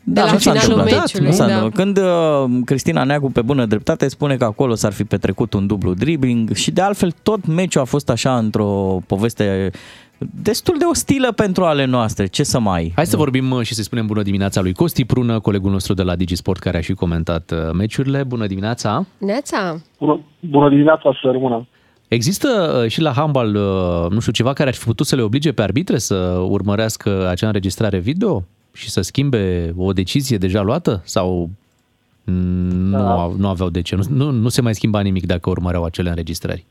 Da, la nu s-a finalul întâmplat. meciului, Nu s-a da. întâmplat. Când uh, Cristina Neagu, pe bună dreptate, spune că acolo s-ar fi petrecut un dublu dribbling și de altfel tot meciul a fost așa într-o poveste destul de ostilă pentru ale noastre. Ce să mai... Hai să vorbim uh, și să spunem bună dimineața lui Costi Prună, colegul nostru de la Digisport care a și comentat uh, meciurile. Bună dimineața! Neața. Bună, bună dimineața, să rămână. Există uh, și la handbal, uh, nu știu, ceva care ar fi putut să le oblige pe arbitre să urmărească acea înregistrare video și să schimbe o decizie deja luată? Sau mm, Da. nu, au- nu aveau de ce? Nu, nu, nu se mai schimba nimic dacă urmăreau acele înregistrări.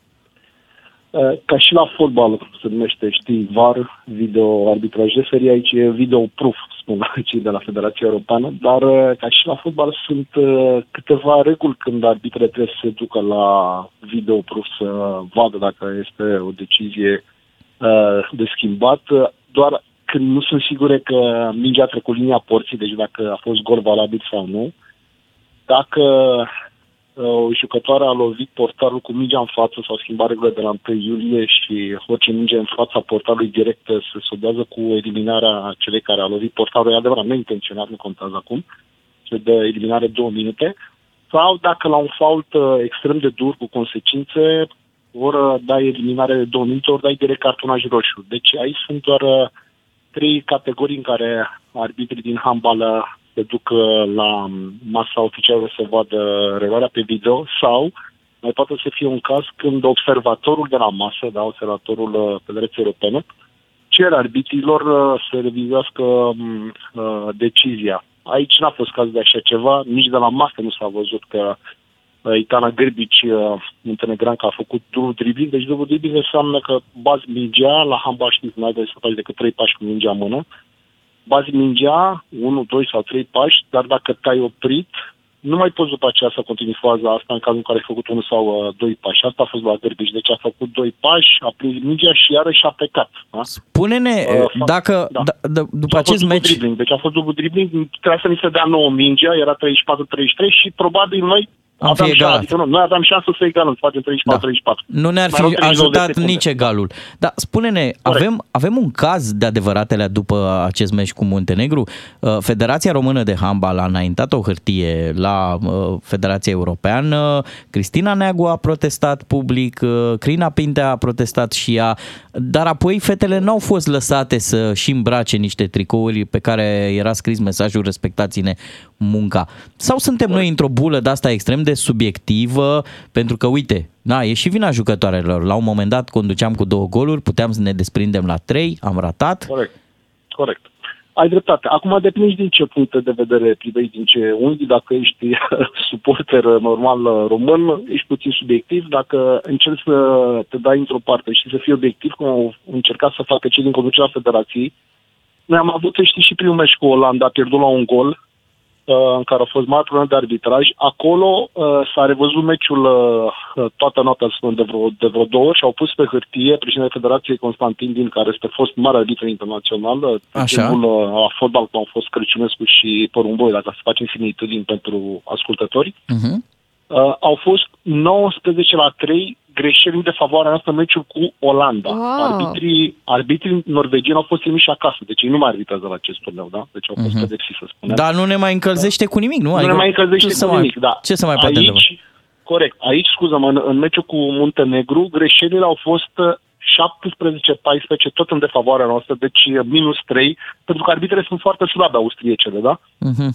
Uh, Ca și la fotbal, cum se numește, știi, VAR, video arbitraj referee, aici e video proof, spun (laughs) cei de la Federația Europeană, dar uh, ca și la fotbal sunt uh, câteva reguli când arbitrele trebuie să se ducă la video proof să vadă dacă este o decizie uh, de schimbat, uh, doar când nu sunt sigure că mingea a trecut linia porții, deci dacă a fost gol valabil sau nu, dacă uh, o jucătoare a lovit portarul cu mingea în față sau schimbat regulile de la 1 iulie și orice minge în fața portarului direct uh, se sodează cu eliminarea celei care a lovit portarul, e adevărat, nu intenționat, nu contează acum, se dă eliminare două minute, sau dacă la un fault uh, extrem de dur cu consecințe, ori uh, dai eliminare de două minute, ori dai direct cartonaj roșu. Deci aici sunt doar uh, trei categorii în care arbitrii din handbal uh, se duc uh, la masa oficială să vadă reluarea pe video sau mai poate să fie un caz când observatorul de la masă, da, observatorul uh, Federației Europene, cer arbitrilor uh, să revizuiască um, uh, decizia. Aici n-a fost caz de așa ceva, nici de la masă nu s-a văzut că uh, Itana Grbici, uh, muntenegranca, a făcut dublu dribbling. Deci dublu dribbling înseamnă că bazi mingea, la handbal știți, nu ai voie să faci decât trei pași cu mingea în mână, bazi mingea, 1, 2 sau 3 pași, dar dacă te-ai oprit, nu mai poți după aceea să continui faza asta în cazul în care ai făcut unul sau uh, doi pași. Asta a fost la Derbiș, deci a făcut doi pași, a prins mingea și iarăși a plecat. Da? Pune-ne, Uh, fac- dacă, da. d- d- după a fost acest dublu meci... Dribbling. Deci a fost dublu dribbling, trebuia să ni se dea nouă mingea, era 34-33 și probabil noi Am fi aveam egalat. șansă, Da. adică nu, noi aveam șansă să egalăm, să facem 34-34. Nu ne-ar Mai erau fi 32 de ajutat secunde. nici egalul. Dar spune-ne, avem, avem un caz de adevăratele după acest meci cu Muntenegru? Uh, Federația Română de Handbal a înaintat o hârtie la uh, Federația Europeană, Cristina Neagu a protestat public, uh, Crina Pintea a protestat și ea, dar apoi fetele n-au fost lăsate să și îmbrace niște tricouri pe care era scris mesajul respectați-ne munca. Sau suntem noi într-o bulă de asta extrem de subiectivă, pentru că uite, da, e și vina jucătoarelor. La un moment dat conduceam cu două goluri, puteam să ne desprindem la trei, am ratat. Corect. Corect. Ai dreptate. Acum depinde și din ce punct de vedere privești, din ce unghi, dacă ești (laughs) suporter normal român, ești puțin subiectiv, dacă încerci să te dai într-o parte și să fii obiectiv, cum au încercat să facă cei din conducerea federației, noi am avut, știi, și primul meci cu Olanda, a pierdut la un gol, uh, în care au fost mari probleme de arbitraj. Acolo uh, s-a revăzut meciul uh, toată noaptea, să spun, de vreo, de vreo două ori și au pus pe hârtie președintele Federației Constantin Din, care este fost mare arbitru internațional, uh, pe Așa. timpul uh, a fotbal, cum au fost Crăciunescu și Porumboi, dacă să facem Mm-hmm. similitudini pentru ascultători. Uh-huh. Uh, au fost 19 la 3 greșeli de favoarea noastră în meciul cu Olanda. Wow. Arbitrii, arbitrii norvegieni au fost trimiși acasă, deci ei nu mai arbitrează la acest turneu, da? Deci au fost Mhm. mm-hmm. pedepsiți, să spunem. Dar nu ne mai încălzește cu nimic, nu? Da. Nu ne Adică mai încălzește ce să cu mai- nimic, da. Ce să mai poate Aici- întâmpla? Corect. Aici, scuză-mă, în, în meciul cu Muntenegru, greșelile au fost uh, 17-14, tot în defavoarea noastră, deci uh, minus 3, pentru că arbitrele sunt foarte slabe austriecele, da? Mhm. Uh,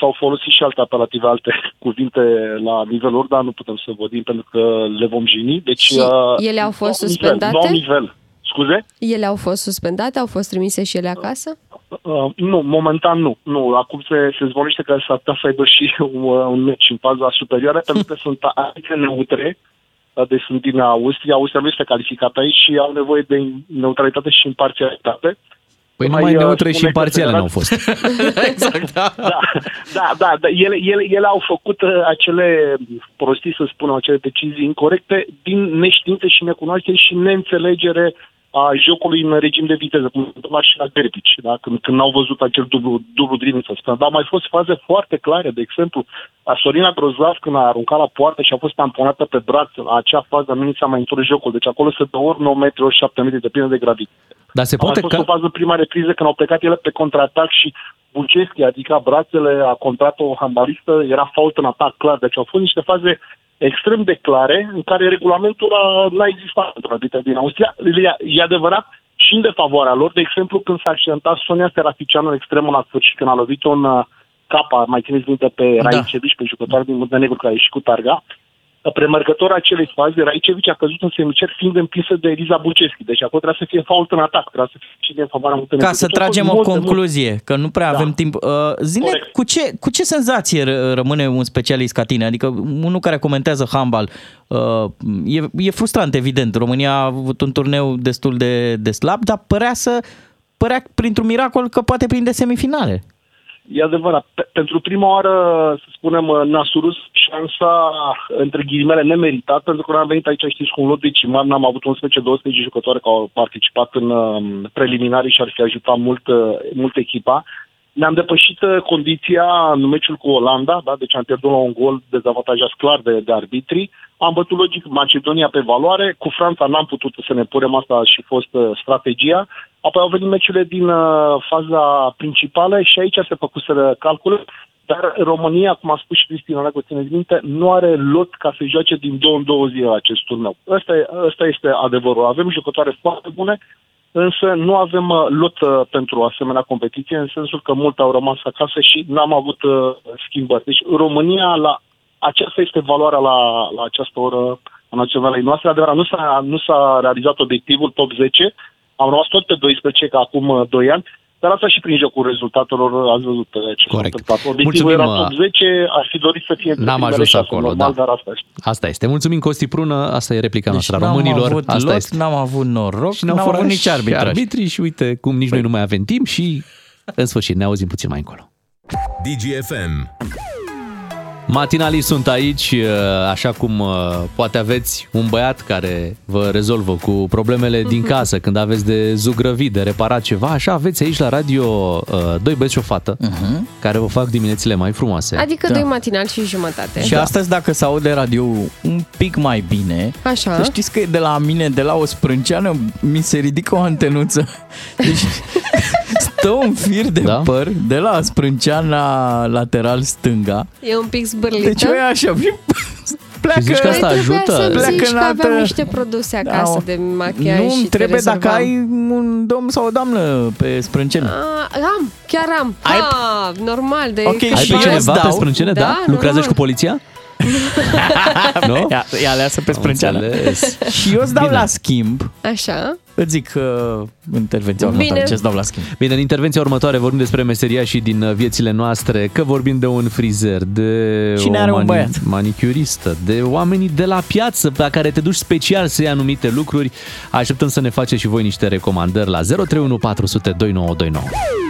s-au folosit și alte apelative, alte (laughs) cuvinte la nivelul, dar nu putem să vorbim pentru că le vom jini. Deci, Și uh, ele au fost nou suspendate? Nivel, nou nivel. Scuze? Ele au fost suspendate, au fost trimise și ele acasă? Uh, nu, momentan nu. Nu, acum se, se zvonește că s-ar putea să aibă și (laughs) un, un meci în faza superioară, pentru că sunt arbitre neutre, uh, deci sunt din Austria. Austria nu este calificată aici și au nevoie de neutralitate și imparțialitate. Păi Mai, numai uh, spune neutre și că imparțiale federația- n-au fost. (laughs) exact, da. da, da, da, da. Ele, ele, ele au făcut uh, acele prostii, să spunem, acele decizii incorrecte din neștiință și necunoaștere și neînțelegere a jocului în regim de viteză, cum se întâmpla și la Berbici, da? când, când au văzut acel dublu, dublu dribbling, să spunem. Dar au mai fost faze foarte clare, de exemplu, a Sorina Grozav când a aruncat la poartă și a fost tamponată pe braț, la acea fază nu i s-a mai întors jocul, deci acolo se dă ori 9 metri, ori 7 metri, depinde de gravitate. Dar se A mai poate fost o ca... fază prima repriză când au plecat ele pe contraatac și Buceschi, adică brațele, a contrat o handbalistă, era fault în atac clar. Deci au fost niște faze extrem de clare în care regulamentul a, n-a existat pentru arbitra din Austria. E, e adevărat și în defavoarea lor. De exemplu, când s-a accidentat Sonia Seraficianu în extremul la sfârșit, când a lovit un capa, mai țineți minte, pe da. Raicevici, pe jucătoare din Muntenegru care a ieșit cu targa, premergător acelei faze, Raicevici a căzut în semicer fiind împinsă de Eliza Buceschi. Deci acolo trebuia să fie fault în atac, trebuia să fie și din favoarea Muntenegru. Ca să Deci au fost tragem o multe, multe. concluzie, că nu prea avem timp. Uh, Zine, cu ce, cu ce senzație ră- rămâne un specialist ca tine? Adică unul care comentează handbal. Uh, E, e frustrant, evident. România a avut un turneu destul de, de slab, dar părea să părea printr-un miracol că poate prinde semifinale. E adevărat. Pe- pentru prima oară, să spunem, Nasurus șansa, între ghilimele, nemeritat, pentru că noi am venit aici, știți, cu un lot decimar, n-am avut 11-12 jucători care au participat în um, preliminarii și ar fi ajutat mult, uh, mult echipa. Ne-am depășit uh, condiția în meciul cu Olanda, da? deci am pierdut la un gol dezavantajat clar de, de arbitri. Am bătut logic Macedonia pe valoare, cu Franța n-am putut să ne punem asta și a fost uh, strategia. Apoi au venit meciurile din uh, faza principală și aici se făcuseră calcule. Dar România, cum a spus și Cristina, dacă o țineți minte, nu are lot ca să joace din două în două zile la acest turneu. Ăsta, e- ăsta este adevărul. Avem jucătoare foarte bune, însă nu avem uh, lot uh, pentru o asemenea competiție, în sensul că mult au rămas acasă și n-am avut uh, schimbări. Deci România, la aceasta este valoarea la, la această oră a naționalei noastre. Adevărat, nu s-a, nu s-a realizat obiectivul top 10, am rămas tot pe 12 ca acum uh, 2 ani, dar asta și prin jocul rezultatelor ați văzut uh, ce s-a întâmplat. Obiectivul Mulțumim, era uh, top 10, aș fi dorit să fie între N-am primele ajuns șase, acolo, normal, da. dar asta este. Asta este. Mulțumim Costi Prună, asta e replica noastră a Deci n-am românilor. avut asta lot, este. n-am avut noroc și n-am avut furat nici și arbitraj. arbitrii și uite cum nici noi nu mai avem timp și în sfârșit ne auzim puțin mai încolo. DGFM. Matinalii sunt aici, așa cum uh, poate aveți un băiat care vă rezolvă cu problemele (laughs) din casă, când aveți de zugrăvit, de reparat ceva, așa aveți aici la radio uh, doi băieți și o fată care vă fac diminețile mai frumoase. Mhm. Adică Da. doi matinal și jumătate. Și astăzi, dacă se aude radio un pic mai bine, Așa. să știți că de la mine, de la o sprânceană, mi se ridică o (laughs) antenuță. Deci stă un fir de da? păr de la sprânceana lateral stânga. E un pic zbârlită. Deci eu e așa și pleacă. zici că asta Păi trebuia ajută? să-mi Pleacă zici în că aveam altă- niște produse acasă Da, de machiaj Nu, și îmi te trebuie dacă rezolvam. ai un domn sau o doamnă pe sprâncenă. A, am, chiar am. Ai- Ha, normal. Ah, De Ok, câțiva și Pe ani. cineva pe sprâncene, da? da Lucrează normal. și cu (laughs) poliția? nu? Ea, ea aleasă pe sprânceană. înțeles. (laughs) Și eu îți dau Bine. la schimb, Așa. îți zic că intervenția Bine. următoare, ce îți dau la schimb. Bine, în intervenția următoare vorbim despre meseria și din uh, viețile noastre, că vorbim de un frizer, de Cine o are un mani- băiat? manicuristă, de oamenii de la piață pe care te duci special să iei anumite lucruri. Așteptăm să ne faceți și voi niște recomandări la 031 400 2929.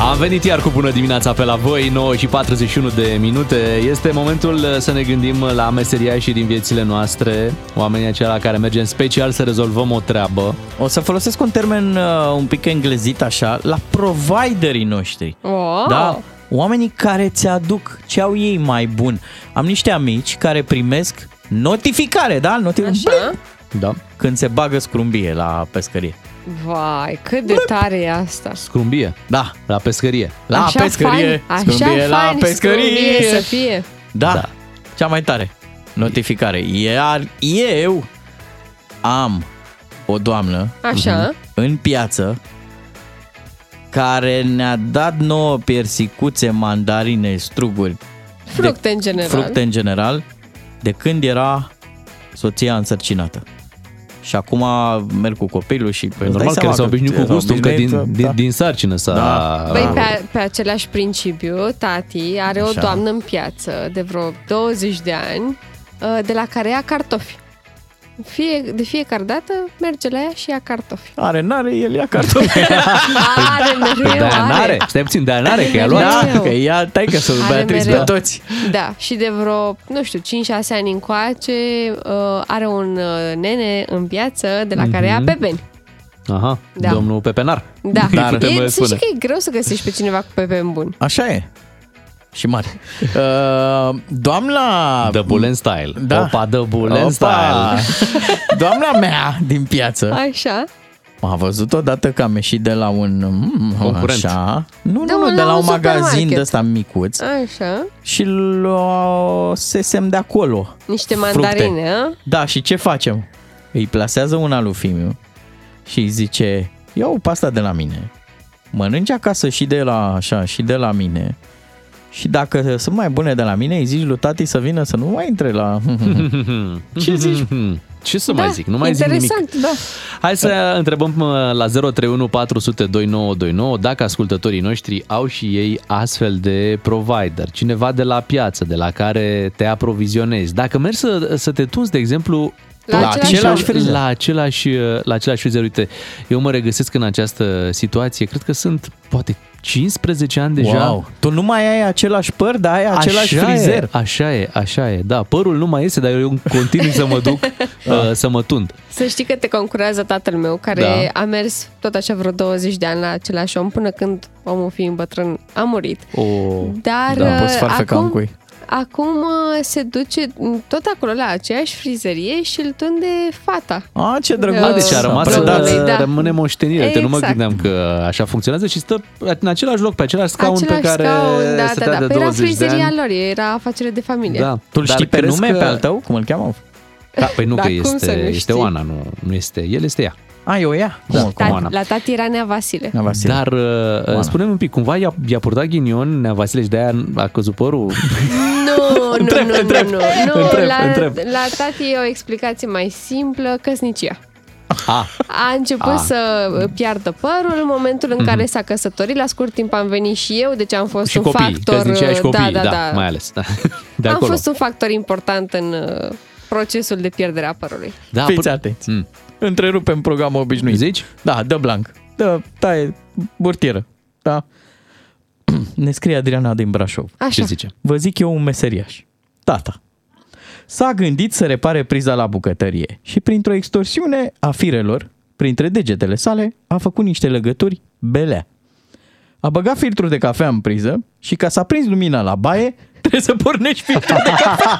Am venit iar cu bună dimineața pe la voi, 9 și 41 de minute. Este momentul uh, să ne gândim la meseria și din viețile noastre, oamenii acela care mergem special să rezolvăm o treabă. O să (laughs) folosesc un termen uh, un pic englezit așa, la providerii noștri. Wow. Da? oamenii care ți-aduc ce au ei mai bun. Am niște amici care primesc notificare, da? Notificare. Da. Când se bagă scrumbie la pescărie. Vai, cât de tare e asta. Scrumbie. Da. La pescărie. La Așa pescărie. fain, așa scrumbie la fain pescărie. scrumbie să fie. Da. da. Cea mai tare notificare. Iar eu am o doamnă Așa. mhm, în piață care ne-a dat nouă piersicuțe, mandarine, struguri, Fructe în general. fructe în general, de când era soția însărcinată. Și acum merg cu copilul și... Păi, îți dai Normal că seama el s-a obișnuit cu s-a gustul, că obișnuit, din, din, din sarcină s-a... Da. Băi, Păi pe, pe același principiu, tati are o Așa. doamnă în piață de vreo 20 de ani, uh, de la care ia cartofi. Fie, de fiecare dată merge la ea și ia cartofi. Are, n-are, el ia (laughs) cartofi. Are mereu, de aia are. n-are, stai puțin, de aia n-are, că i-a Mereu. luat. Da, că ia, tai Da, că Are Beatrice, mereu. pe toți. Da, și de vreo, nu știu, 5-6 ani încoace uh, are un uh, nene în piață de la care ia Mhm. pepeni. Aha, Da. domnul Pepenar. Da, Dar- e, Putem să spune. știi că e greu să găsești pe cineva cu pepeni bun. Așa e. Și (laughs) mari. Uh, doamna... The Bulen Style. Da. Opa, The Bulen (laughs) doamna mea din piață Așa. m-a văzut odată că am ieșit de la un... mm, Concurent. Așa. Nu, De nu, un- nu, de la la un un magazin supermarket. de ăsta micuț. Așa. Și luasesem de acolo. Niște Fructe. mandarine, a? Da, și ce facem? Îi plasează una lui Fimiu și îi zice, ia o pasta de la mine, mănânci acasă și de la așa și de la mine și dacă sunt mai bune de la mine, îi zici lui tati să vină să nu mai intre (laughs) la... Ce zici? Ce să mai zic? Nu mai zic nimic. interesant, da. Hai să întrebăm mă, la 031 400 2929 dacă ascultătorii noștri au și ei astfel de provider, cineva de la piață, de la care te aprovizionezi. Dacă mergi să, să te tunzi, de exemplu, La tot același timpul frizer. la același, la același frizer. Uite, eu mă regăsesc în această situație. Cred că sunt, poate, 15 ani deja. Wow! Tu nu mai ai același păr, dar ai același Așa frizer. E, așa e, așa e. Da, părul nu mai este, dar eu continui să mă (laughs) duc, uh, să mă tund. Să știi că te concurează tatăl meu, care Da. a mers tot așa vreo 20 de ani la același om, până când omul fiind bătrân a murit. O, Dar Oh. da, poți uh, farfeca acum, în cui. acum uh, se duce m, tot acolo la aceeași frizerie și îl tunde fata. A, ce drăguț. A, deci a rămas, Predat. da, Da. da. rămâne moștenire. Exact. Nu mă Exact. gândeam că așa funcționează și stă în același loc, pe același scaun Același pe care scaun, da, da, stătea da. de Păi era 20 de frizeria ani. lor, era afacere de familie. Da. Tu îl Dar știi pe crezi nume că- pe al tău? Cum îl cheamă? Da, păi nu Da, că cum să este, nu este știi? Oana, nu, nu este. El este ea. A, eu ea? Da, cum Tati, Oana. la tati era Nea Vasile. Nea Vasile. Dar uh, spune un pic, cumva i-a, i-a purtat ghinion Nea Vasile și de-aia a căzut (laughs) părul? (laughs) Nu, nu, Întreb, nu, întreb, nu, nu. nu întreb, la, întreb. la tati e o explicație mai simplă, căsnicia. Ah, A început Ah. să piardă părul în momentul în Mhm. care s-a căsătorit. La scurt timp am venit și eu, deci am fost și un copii, factor... căsnicia și copii, da, da, da. mai ales. Da. (laughs) De am acolo. fost un factor important în uh, procesul de pierdere a părului. Da, Fiți până- atenți. Întrerupem programul obișnuit. Zici? Da, dă blank. Dă, taie, burtieră. Da. (clears throat) Ne scrie Adriana din Brașov. Așa. Ce zice? Vă zic eu un meseriaș. Tata. S-a gândit să repare priza la bucătărie și printr-o extorsiune a firelor, printre degetele sale, a făcut niște legături belea. A băgat filtrul de cafea în priză și ca să aprins lumina la baie, (laughs) trebuie să pornești filtrul de cafea.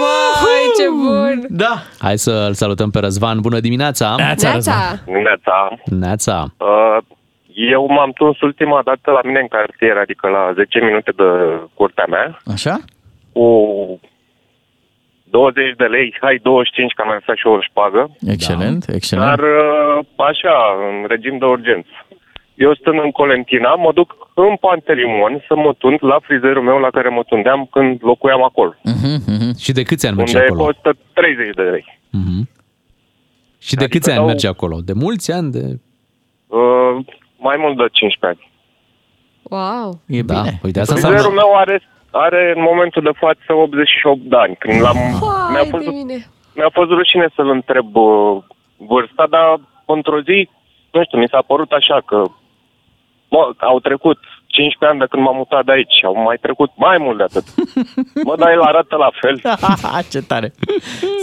Vai, ce bun! Da. Hai să îl salutăm pe Răzvan. Bună dimineața! Neața. Neața! Uh, Eu m-am tuns ultima dată la mine în cartier, adică la 10 minute de curtea mea, Așa? cu 20 de lei, hai 25, că am mai lăsat și eu o șpagă. Excelent, da. excelent. Dar uh, așa, în regim de urgență. Eu stând în Colentina, mă duc în Pantelimon să mă tund la frizerul meu la care mă tundeam când locuiam acolo, Și de câți ani mergi unde acolo? costă 30 de lei. Mhm. Și de câți ani adică dau- mergi acolo? De mulți ani? De... Uh, mai mult de 15 ani. Wow! E da. bine. Uite, asta Frizerul înseamnă... meu are, are în momentul de față 88 de ani. Când l-am, mi-a, Vai fost, de mine! mi-a fost rușine să-l întreb uh, vârsta, dar într-o zi, nu știu, mi s-a părut așa că bă, au trecut 15 ani de când m-am mutat de aici. Au mai trecut mai mult de atât. Mă, dar el arată la (laughs) fel. Ce tare!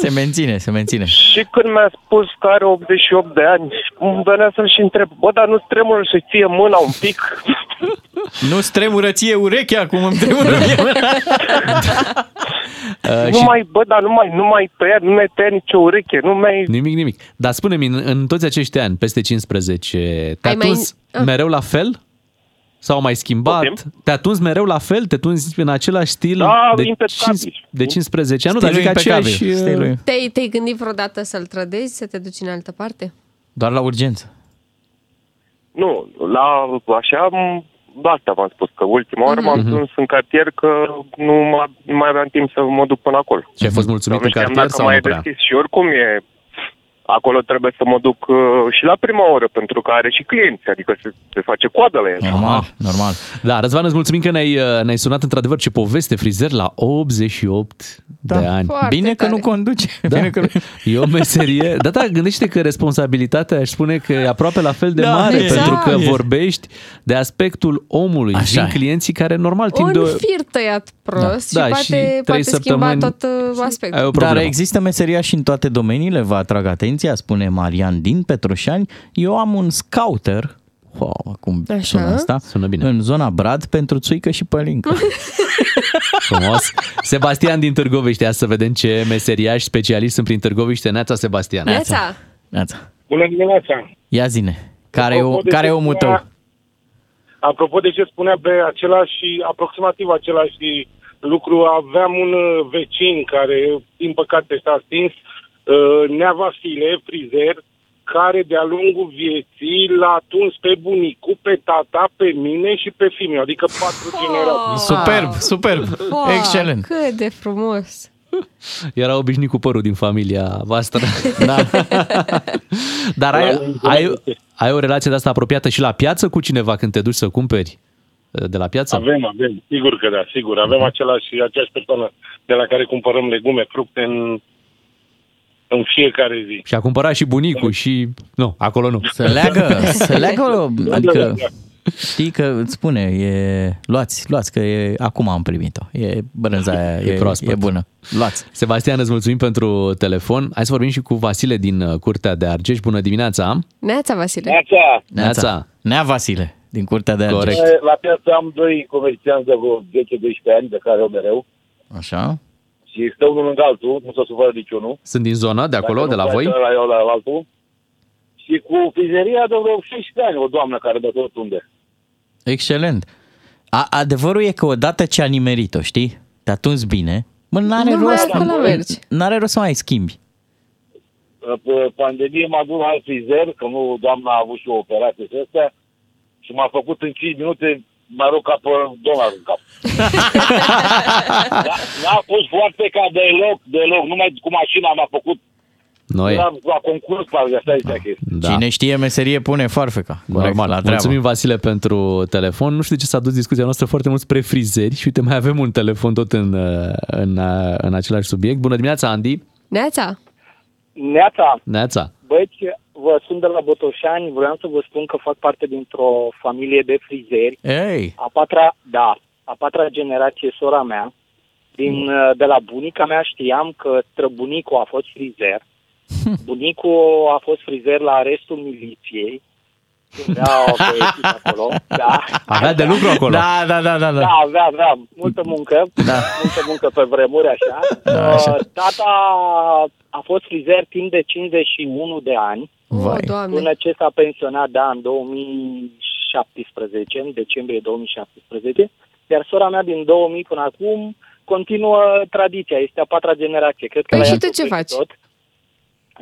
Se menține, se menține. Și când mi-a spus că are 88 de ani, îmi venea să-l și întreb, bă, dar nu-ți tremură să ție mâna un pic? Nu-ți tremură ție urechea cum îmi tremură mie. Uh, nu mai, bă, dar nu mai, nu mai tăia, nu mai tăia nicio ureche, nu mai... Nimic, nimic. Dar spune-mi, în, în toți acești ani, peste 15, te-a Ai mai- tuns Ah. mereu la fel? S-au mai schimbat? Te-a tuns mereu la fel? Te tunzi în același stil Da, de, impecabil. de 15 ani? Nu, dar Stilul adică impecabil, aceeași... uh, stilul. Te-ai, te-ai gândit vreodată să-l trădezi, să te duci în altă parte? Doar la urgență. Nu, la așa, m- asta v-am spus, că ultima oară Mhm. m-am dus în cartier că nu, m- nu mai aveam timp să mă duc până acolo. Și ai fost mulțumit în cartier dacă sau mai nu e prea? deschis și oricum e... Acolo trebuie să mă duc uh, și la prima oră, pentru că are și clienți, adică se, se face coadă la el. Ah. Normal, normal. Da, Răzvan, îți mulțumim că ne-ai, uh, ne-ai sunat într-adevăr ce poveste frizer la 88 da, de ani. Foarte Bine că tare. nu conduce. Da. Bine că... E o meserie. Da, da, gândește că responsabilitatea aș spune că e aproape la fel de Da, mare, exact. pentru că E. vorbești de aspectul omului. Așa Vin Așa e. clienții care normal timp Un de... o- fir tăiat prost Da, și și poate, trei poate schimba săptămâni tot uh, aspectul. Dar există meseria și în toate domeniile, vă atrag atenția, spune Marian din Petroșani. Eu am un scouter, wow, acum Așa. sună asta, sună bine. în zona Brad pentru țuică și (laughs) pălincă. Frumos. Sebastian din Târgoviște, ia să vedem ce meseriași specialiști sunt prin Târgoviște. Neața, Sebastian. Neața. Neața. Bună dimineața! Ia zine, care e, Apropo o, de care e ce omul spunea- tău? Apropo de ce spunea pe același, aproximativ același lucru, aveam un uh, vecin care, din păcate, s-a stins, uh, Nea Vasile, frizer, care de-a lungul vieții l-a tuns pe bunicul, pe tata, pe mine și pe fimiu, adică patru Ah. generații. Superb, superb, Wow, excelent. Cât de frumos! Era obișnuit cu părul din familia voastră. Da. Dar ai, ai, ai o relație de asta apropiată și la piață cu cineva când te duci să cumperi uh, de la piață? Da. Avem, avem, sigur că da, sigur. Mhm. Avem același, aceeași persoană de la care cumpărăm legume, fructe în, în fiecare zi. Și a cumpărat și bunicul și... Nu, acolo nu. Să leagă, să leagă, Da, da, adică... da. Știi că îți spune, e, luați, luați, că e, acum am primit-o. E brânza aia, e, (laughs) E proaspăt. e bună. Luați. Sebastian, îți mulțumim pentru telefon. Hai să vorbim și cu Vasile din uh, Curtea de Argeș. Bună dimineața! Neața, Vasile! Neața! Neața! Nea Vasile, din Curtea de Argeș. Eh, La piață am doi comercianți de vreo 10-12 ani, de care au mereu, Așa. și stă unul lângă altul, nu s-a supărat niciunul. Sunt din zonă, de acolo, Dacă de la nu voi? place ăla, eu la altul. Și cu frizeria de vreo 16 ani, o doamnă care dă tot unde. Excelent. A, adevărul e că odată ce a nimerit-o, știi? Te atunci bine. Mă, n-are Nu mai rost. acolo mergi. N-are rost să mai schimbi. Pe Ă, pandemie m-a dus la alt frizer, că nu doamna a avut și o operație și astea, și m-a făcut în 5 minute, m-a rog ca pe dolar în cap. N-a- N-a fost foarte ca deloc, deloc, numai cu mașina m-a făcut Noi. Era la concurs, parcă asta este chestia. Da. Cine știe meserie pune farfeca. Corect, la Normal. treabă. Exact. Mulțumim, Vasile, pentru telefon. Nu știu de ce s-a dus discuția noastră foarte mult spre frizeri și uite, mai avem un telefon tot în, uh, în, uh, în același subiect. Bună dimineața, Andy! Neața! Neața, Neața! băieți, vă sunt de la Botoșani, vreau să vă spun că fac parte dintr-o familie de frizeri. Ei! A patra, da, a patra generație, sora mea, din, Mm. uh, de la bunica mea știam că străbunicul a fost (laughs) frizer. Bunicul a fost frizer la restul miliției. (laughs) Erau băieții pe acolo, da. Avea de (laughs) lucru acolo. Da, da, da, da. da. Da, avea, avea multă muncă, da. multă muncă pe vremuri, așa. Da, așa. Uh, Tata a fost frizer timp de 51 de ani, Vai. până ce s-a pensionat, da, în 2017, în decembrie 2017, iar sora mea din 2000 până acum continuă tradiția, este a patra generație. Cred că Păi la și ea tu ce se vede faci? Tot.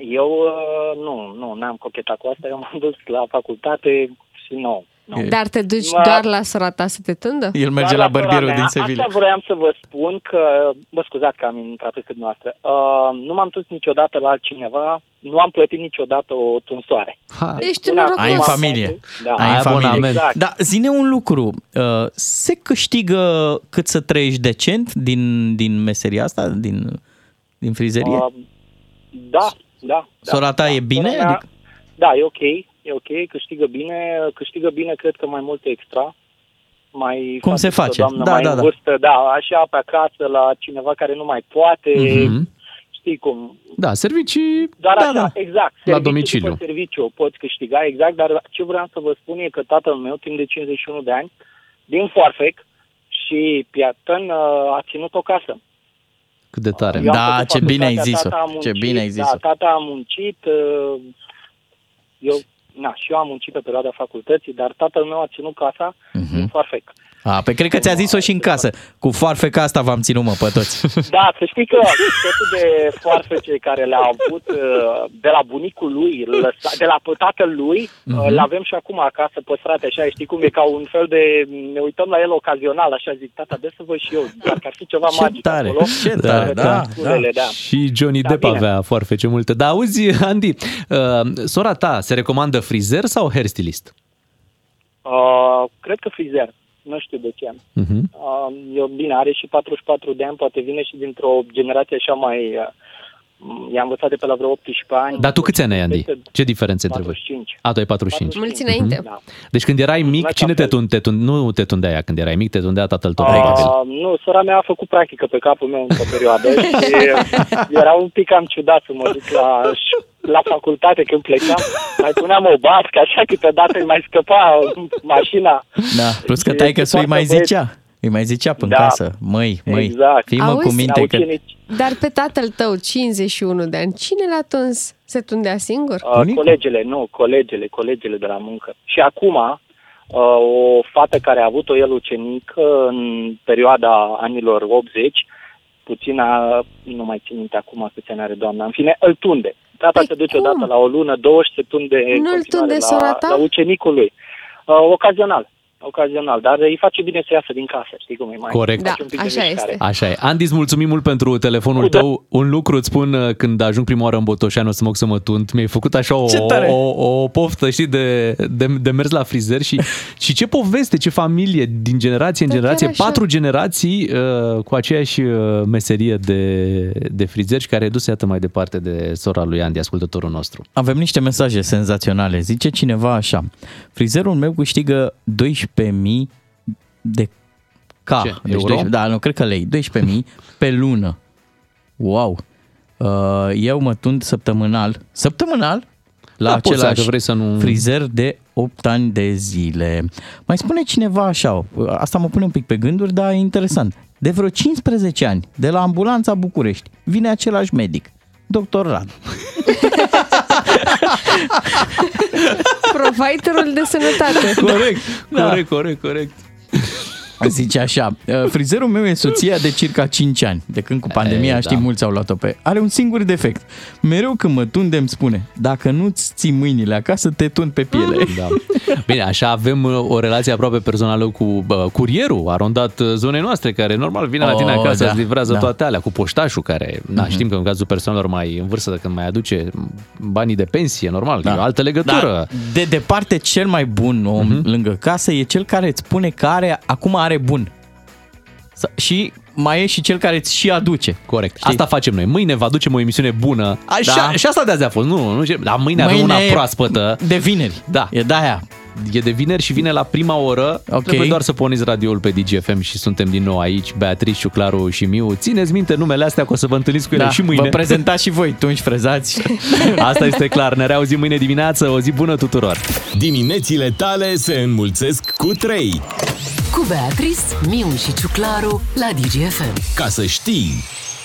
Eu uh, nu, nu, n-am cochetat cu asta, eu m-am dus la facultate și nu. nu. Dar te duci Mă- doar la sora ta să te tândă? El merge Doar la bărbierul sora din mea. Sevilla. Asta vroiam să vă spun că, mă scuzați că am intrat peste dumneavoastră, uh, nu m-am dus niciodată la altcineva, nu am plătit niciodată o tunsoare. Ha. Ești Până Ai în acum- familie. Da. Ai în familie. Exact. Dar zine un lucru. uh, Se câștigă cât să trăiești decent din, din meseria asta, din, din frizerie? Uh, Da, da. da. Sora ta e bine? Sora mea- Adică- Da, e ok, e ok, câștigă bine, câștigă bine, cred că mai multe extra. mai Cum se fatidică, face? Doamnă Da, mai da, în da. vârstă, da. așa pe acasă la cineva care nu mai poate, Mhm. știi cum. Da, servicii Dar Da, așa, da. exact. La serviciu domiciliu. După serviciu o poți câștiga, exact, dar ce vreau să vă spun e că tatăl meu, timp de 51 de ani, din Foarfec și Piatan, uh, a ținut o casă. cât de tare. Eu am făcut facultatea, tata a muncit, Da, tata a muncit, uh, eu, na, și eu am muncit pe perioada facultății, dar tatăl meu a ținut casa Mhm. uh-huh. în farfec. A, pe cred că ți-a zis-o și în casă. Cu farfeca asta v-am ținut, mă, pe toți. (laughs) Da, să știi că totul de farfece care le-a avut uh, de la bunicul lui, lăsa, de la tatăl lui, uh, Mhm. le avem și acum acasă păstrate, așa, știi cum e, ca un fel de, ne uităm la el ocazional, așa zic, tata, de să văd și eu, dacă ar fi ceva magic tare, acolo. uh, ce tare, Pe da, capsulele, da. Și Johnny Depp bine. avea foarfece multe. Dar auzi, Andy, uh, sora ta se recomandă frizer sau hairstylist? Uh, cred că frizer, nu știu de ce. Mhm. Uh, eu, bine, are și 44 de ani, poate vine și dintr-o generație așa mai... Uh, m- i-a învățat de pe la vreo 18 ani. Dar tu câți ani ai, Andy? Păi Ce diferențe între voi? 45. A, tu ai 45. Mulți înainte. Mhm. Da. Deci când erai mic, cine te, tun, te tun, nu te tundea când erai mic, te tundea tatăl Ah, tău. Uh, nu, sora mea a făcut practică pe capul meu într-o perioadă și era un pic cam ciudat să mă duc la, la facultate când plecam. Mai puneam o bască, așa câteodată îi mai scăpa mașina. Da, plus că Și tai că se îi mai poartă zicea. Îi mai zicea până Da. casă. Măi, măi, Exact. fii mă cu Auzi? minte că... Dar pe tatăl tău, 51 de ani, cine l-a tuns? Se tundea singur? Uh, colegele, nu, colegele, colegele de la muncă. Și acum, uh, o fată care a avut-o el ucenic uh, în perioada anilor 80, puțin, a, nu mai țin minte acum câți ani are doamna, în fine, îl tunde. Tata se duce odată la o lună, două și se tunde în continuare Păi tunde la, sora ta? la ucenicul lui. Uh, ocazional, ocazional, dar îi face bine să iasă din casă, știi cum e mai Corect. face Da, un pic de mișcare. Așa e. Andy, îți mulțumim mult pentru telefonul tău. Un lucru îți spun, uh, când ajung prima oară în Botoșani, o să mă duc să mă tunt. Mi-ai făcut așa o, Ce tare! o, o poftă, știi, de, de, de mers la frizer (laughs) și, și ce poveste, ce familie din generație în Da, chiar generație, așa. patru generații uh, cu aceeași uh, meserie de, de frizer și care e dus, iată, mai departe de sora lui Andy, ascultătorul nostru. Avem niște mesaje senzaționale. Zice cineva așa. Frizerul meu câștigă 12.000 de K. Ce, euro? 12 da, nu, cred că lei. 12.000 pe lună. Wow. Uh, Eu mă tund săptămânal. Săptămânal? La Da, poți, același dacă vrei să nu- frizer de 8 ani de zile. Mai spune cineva așa, asta mă pune un pic pe gânduri, dar e interesant. De vreo 15 ani, de la ambulanța București, vine același medic, doctor Radu. (laughs) Providerul de (laughs) sănătate. Da, corect, corect, corect. Zice așa, "Ă, frizerul meu e soția de circa 5 ani, de când cu pandemia, E, știi, da. mulți au luat-o pe... Are un singur defect. Mereu când mă tunde îmi spune, dacă nu-ți ții mâinile acasă, te tund pe piele. Da. (laughs) Bine, așa avem uh, o relație aproape personală cu uh, curierul arondat uh, zonei noastre, care normal vine la tine Oh, acasă, da, îți livrează da. Mhm. toate alea, cu poștașul care, na, știm că în cazul persoanelor mai în vârstă, când mai aduce banii de pensie, normal, da. e o altă legătură. Mhm. Dar, de departe, cel mai bun om lângă casă e cel care îți spune că are, acum are bun. Sa- Și mai e și cel care îți și aduce. Corect. Știi? Asta facem noi. Mâine vă aducem o emisiune bună. Așa, Da. da. Și asta de azi a fost. Nu, nu, dar mâine, mâine avem Mâine una e proaspătă. De vineri. Da. E de aia. E de vineri și vine la prima oră. Okay. Trebuie doar să porniți radioul pe DGFM și suntem din nou aici, Beatrice, Claru și Miu. Țineți minte numele astea, că o să vă întâlniți cu ele Da, și mâine. Vă prezentați și voi, tunci frezați. (laughs) Asta este clar. Ne reauzim mâine dimineață. O zi bună tuturor! Diminețile tale se înmulțesc cu 3. Cu Beatrice, Miu și Ciuclaru la DGFM. Ca să știi...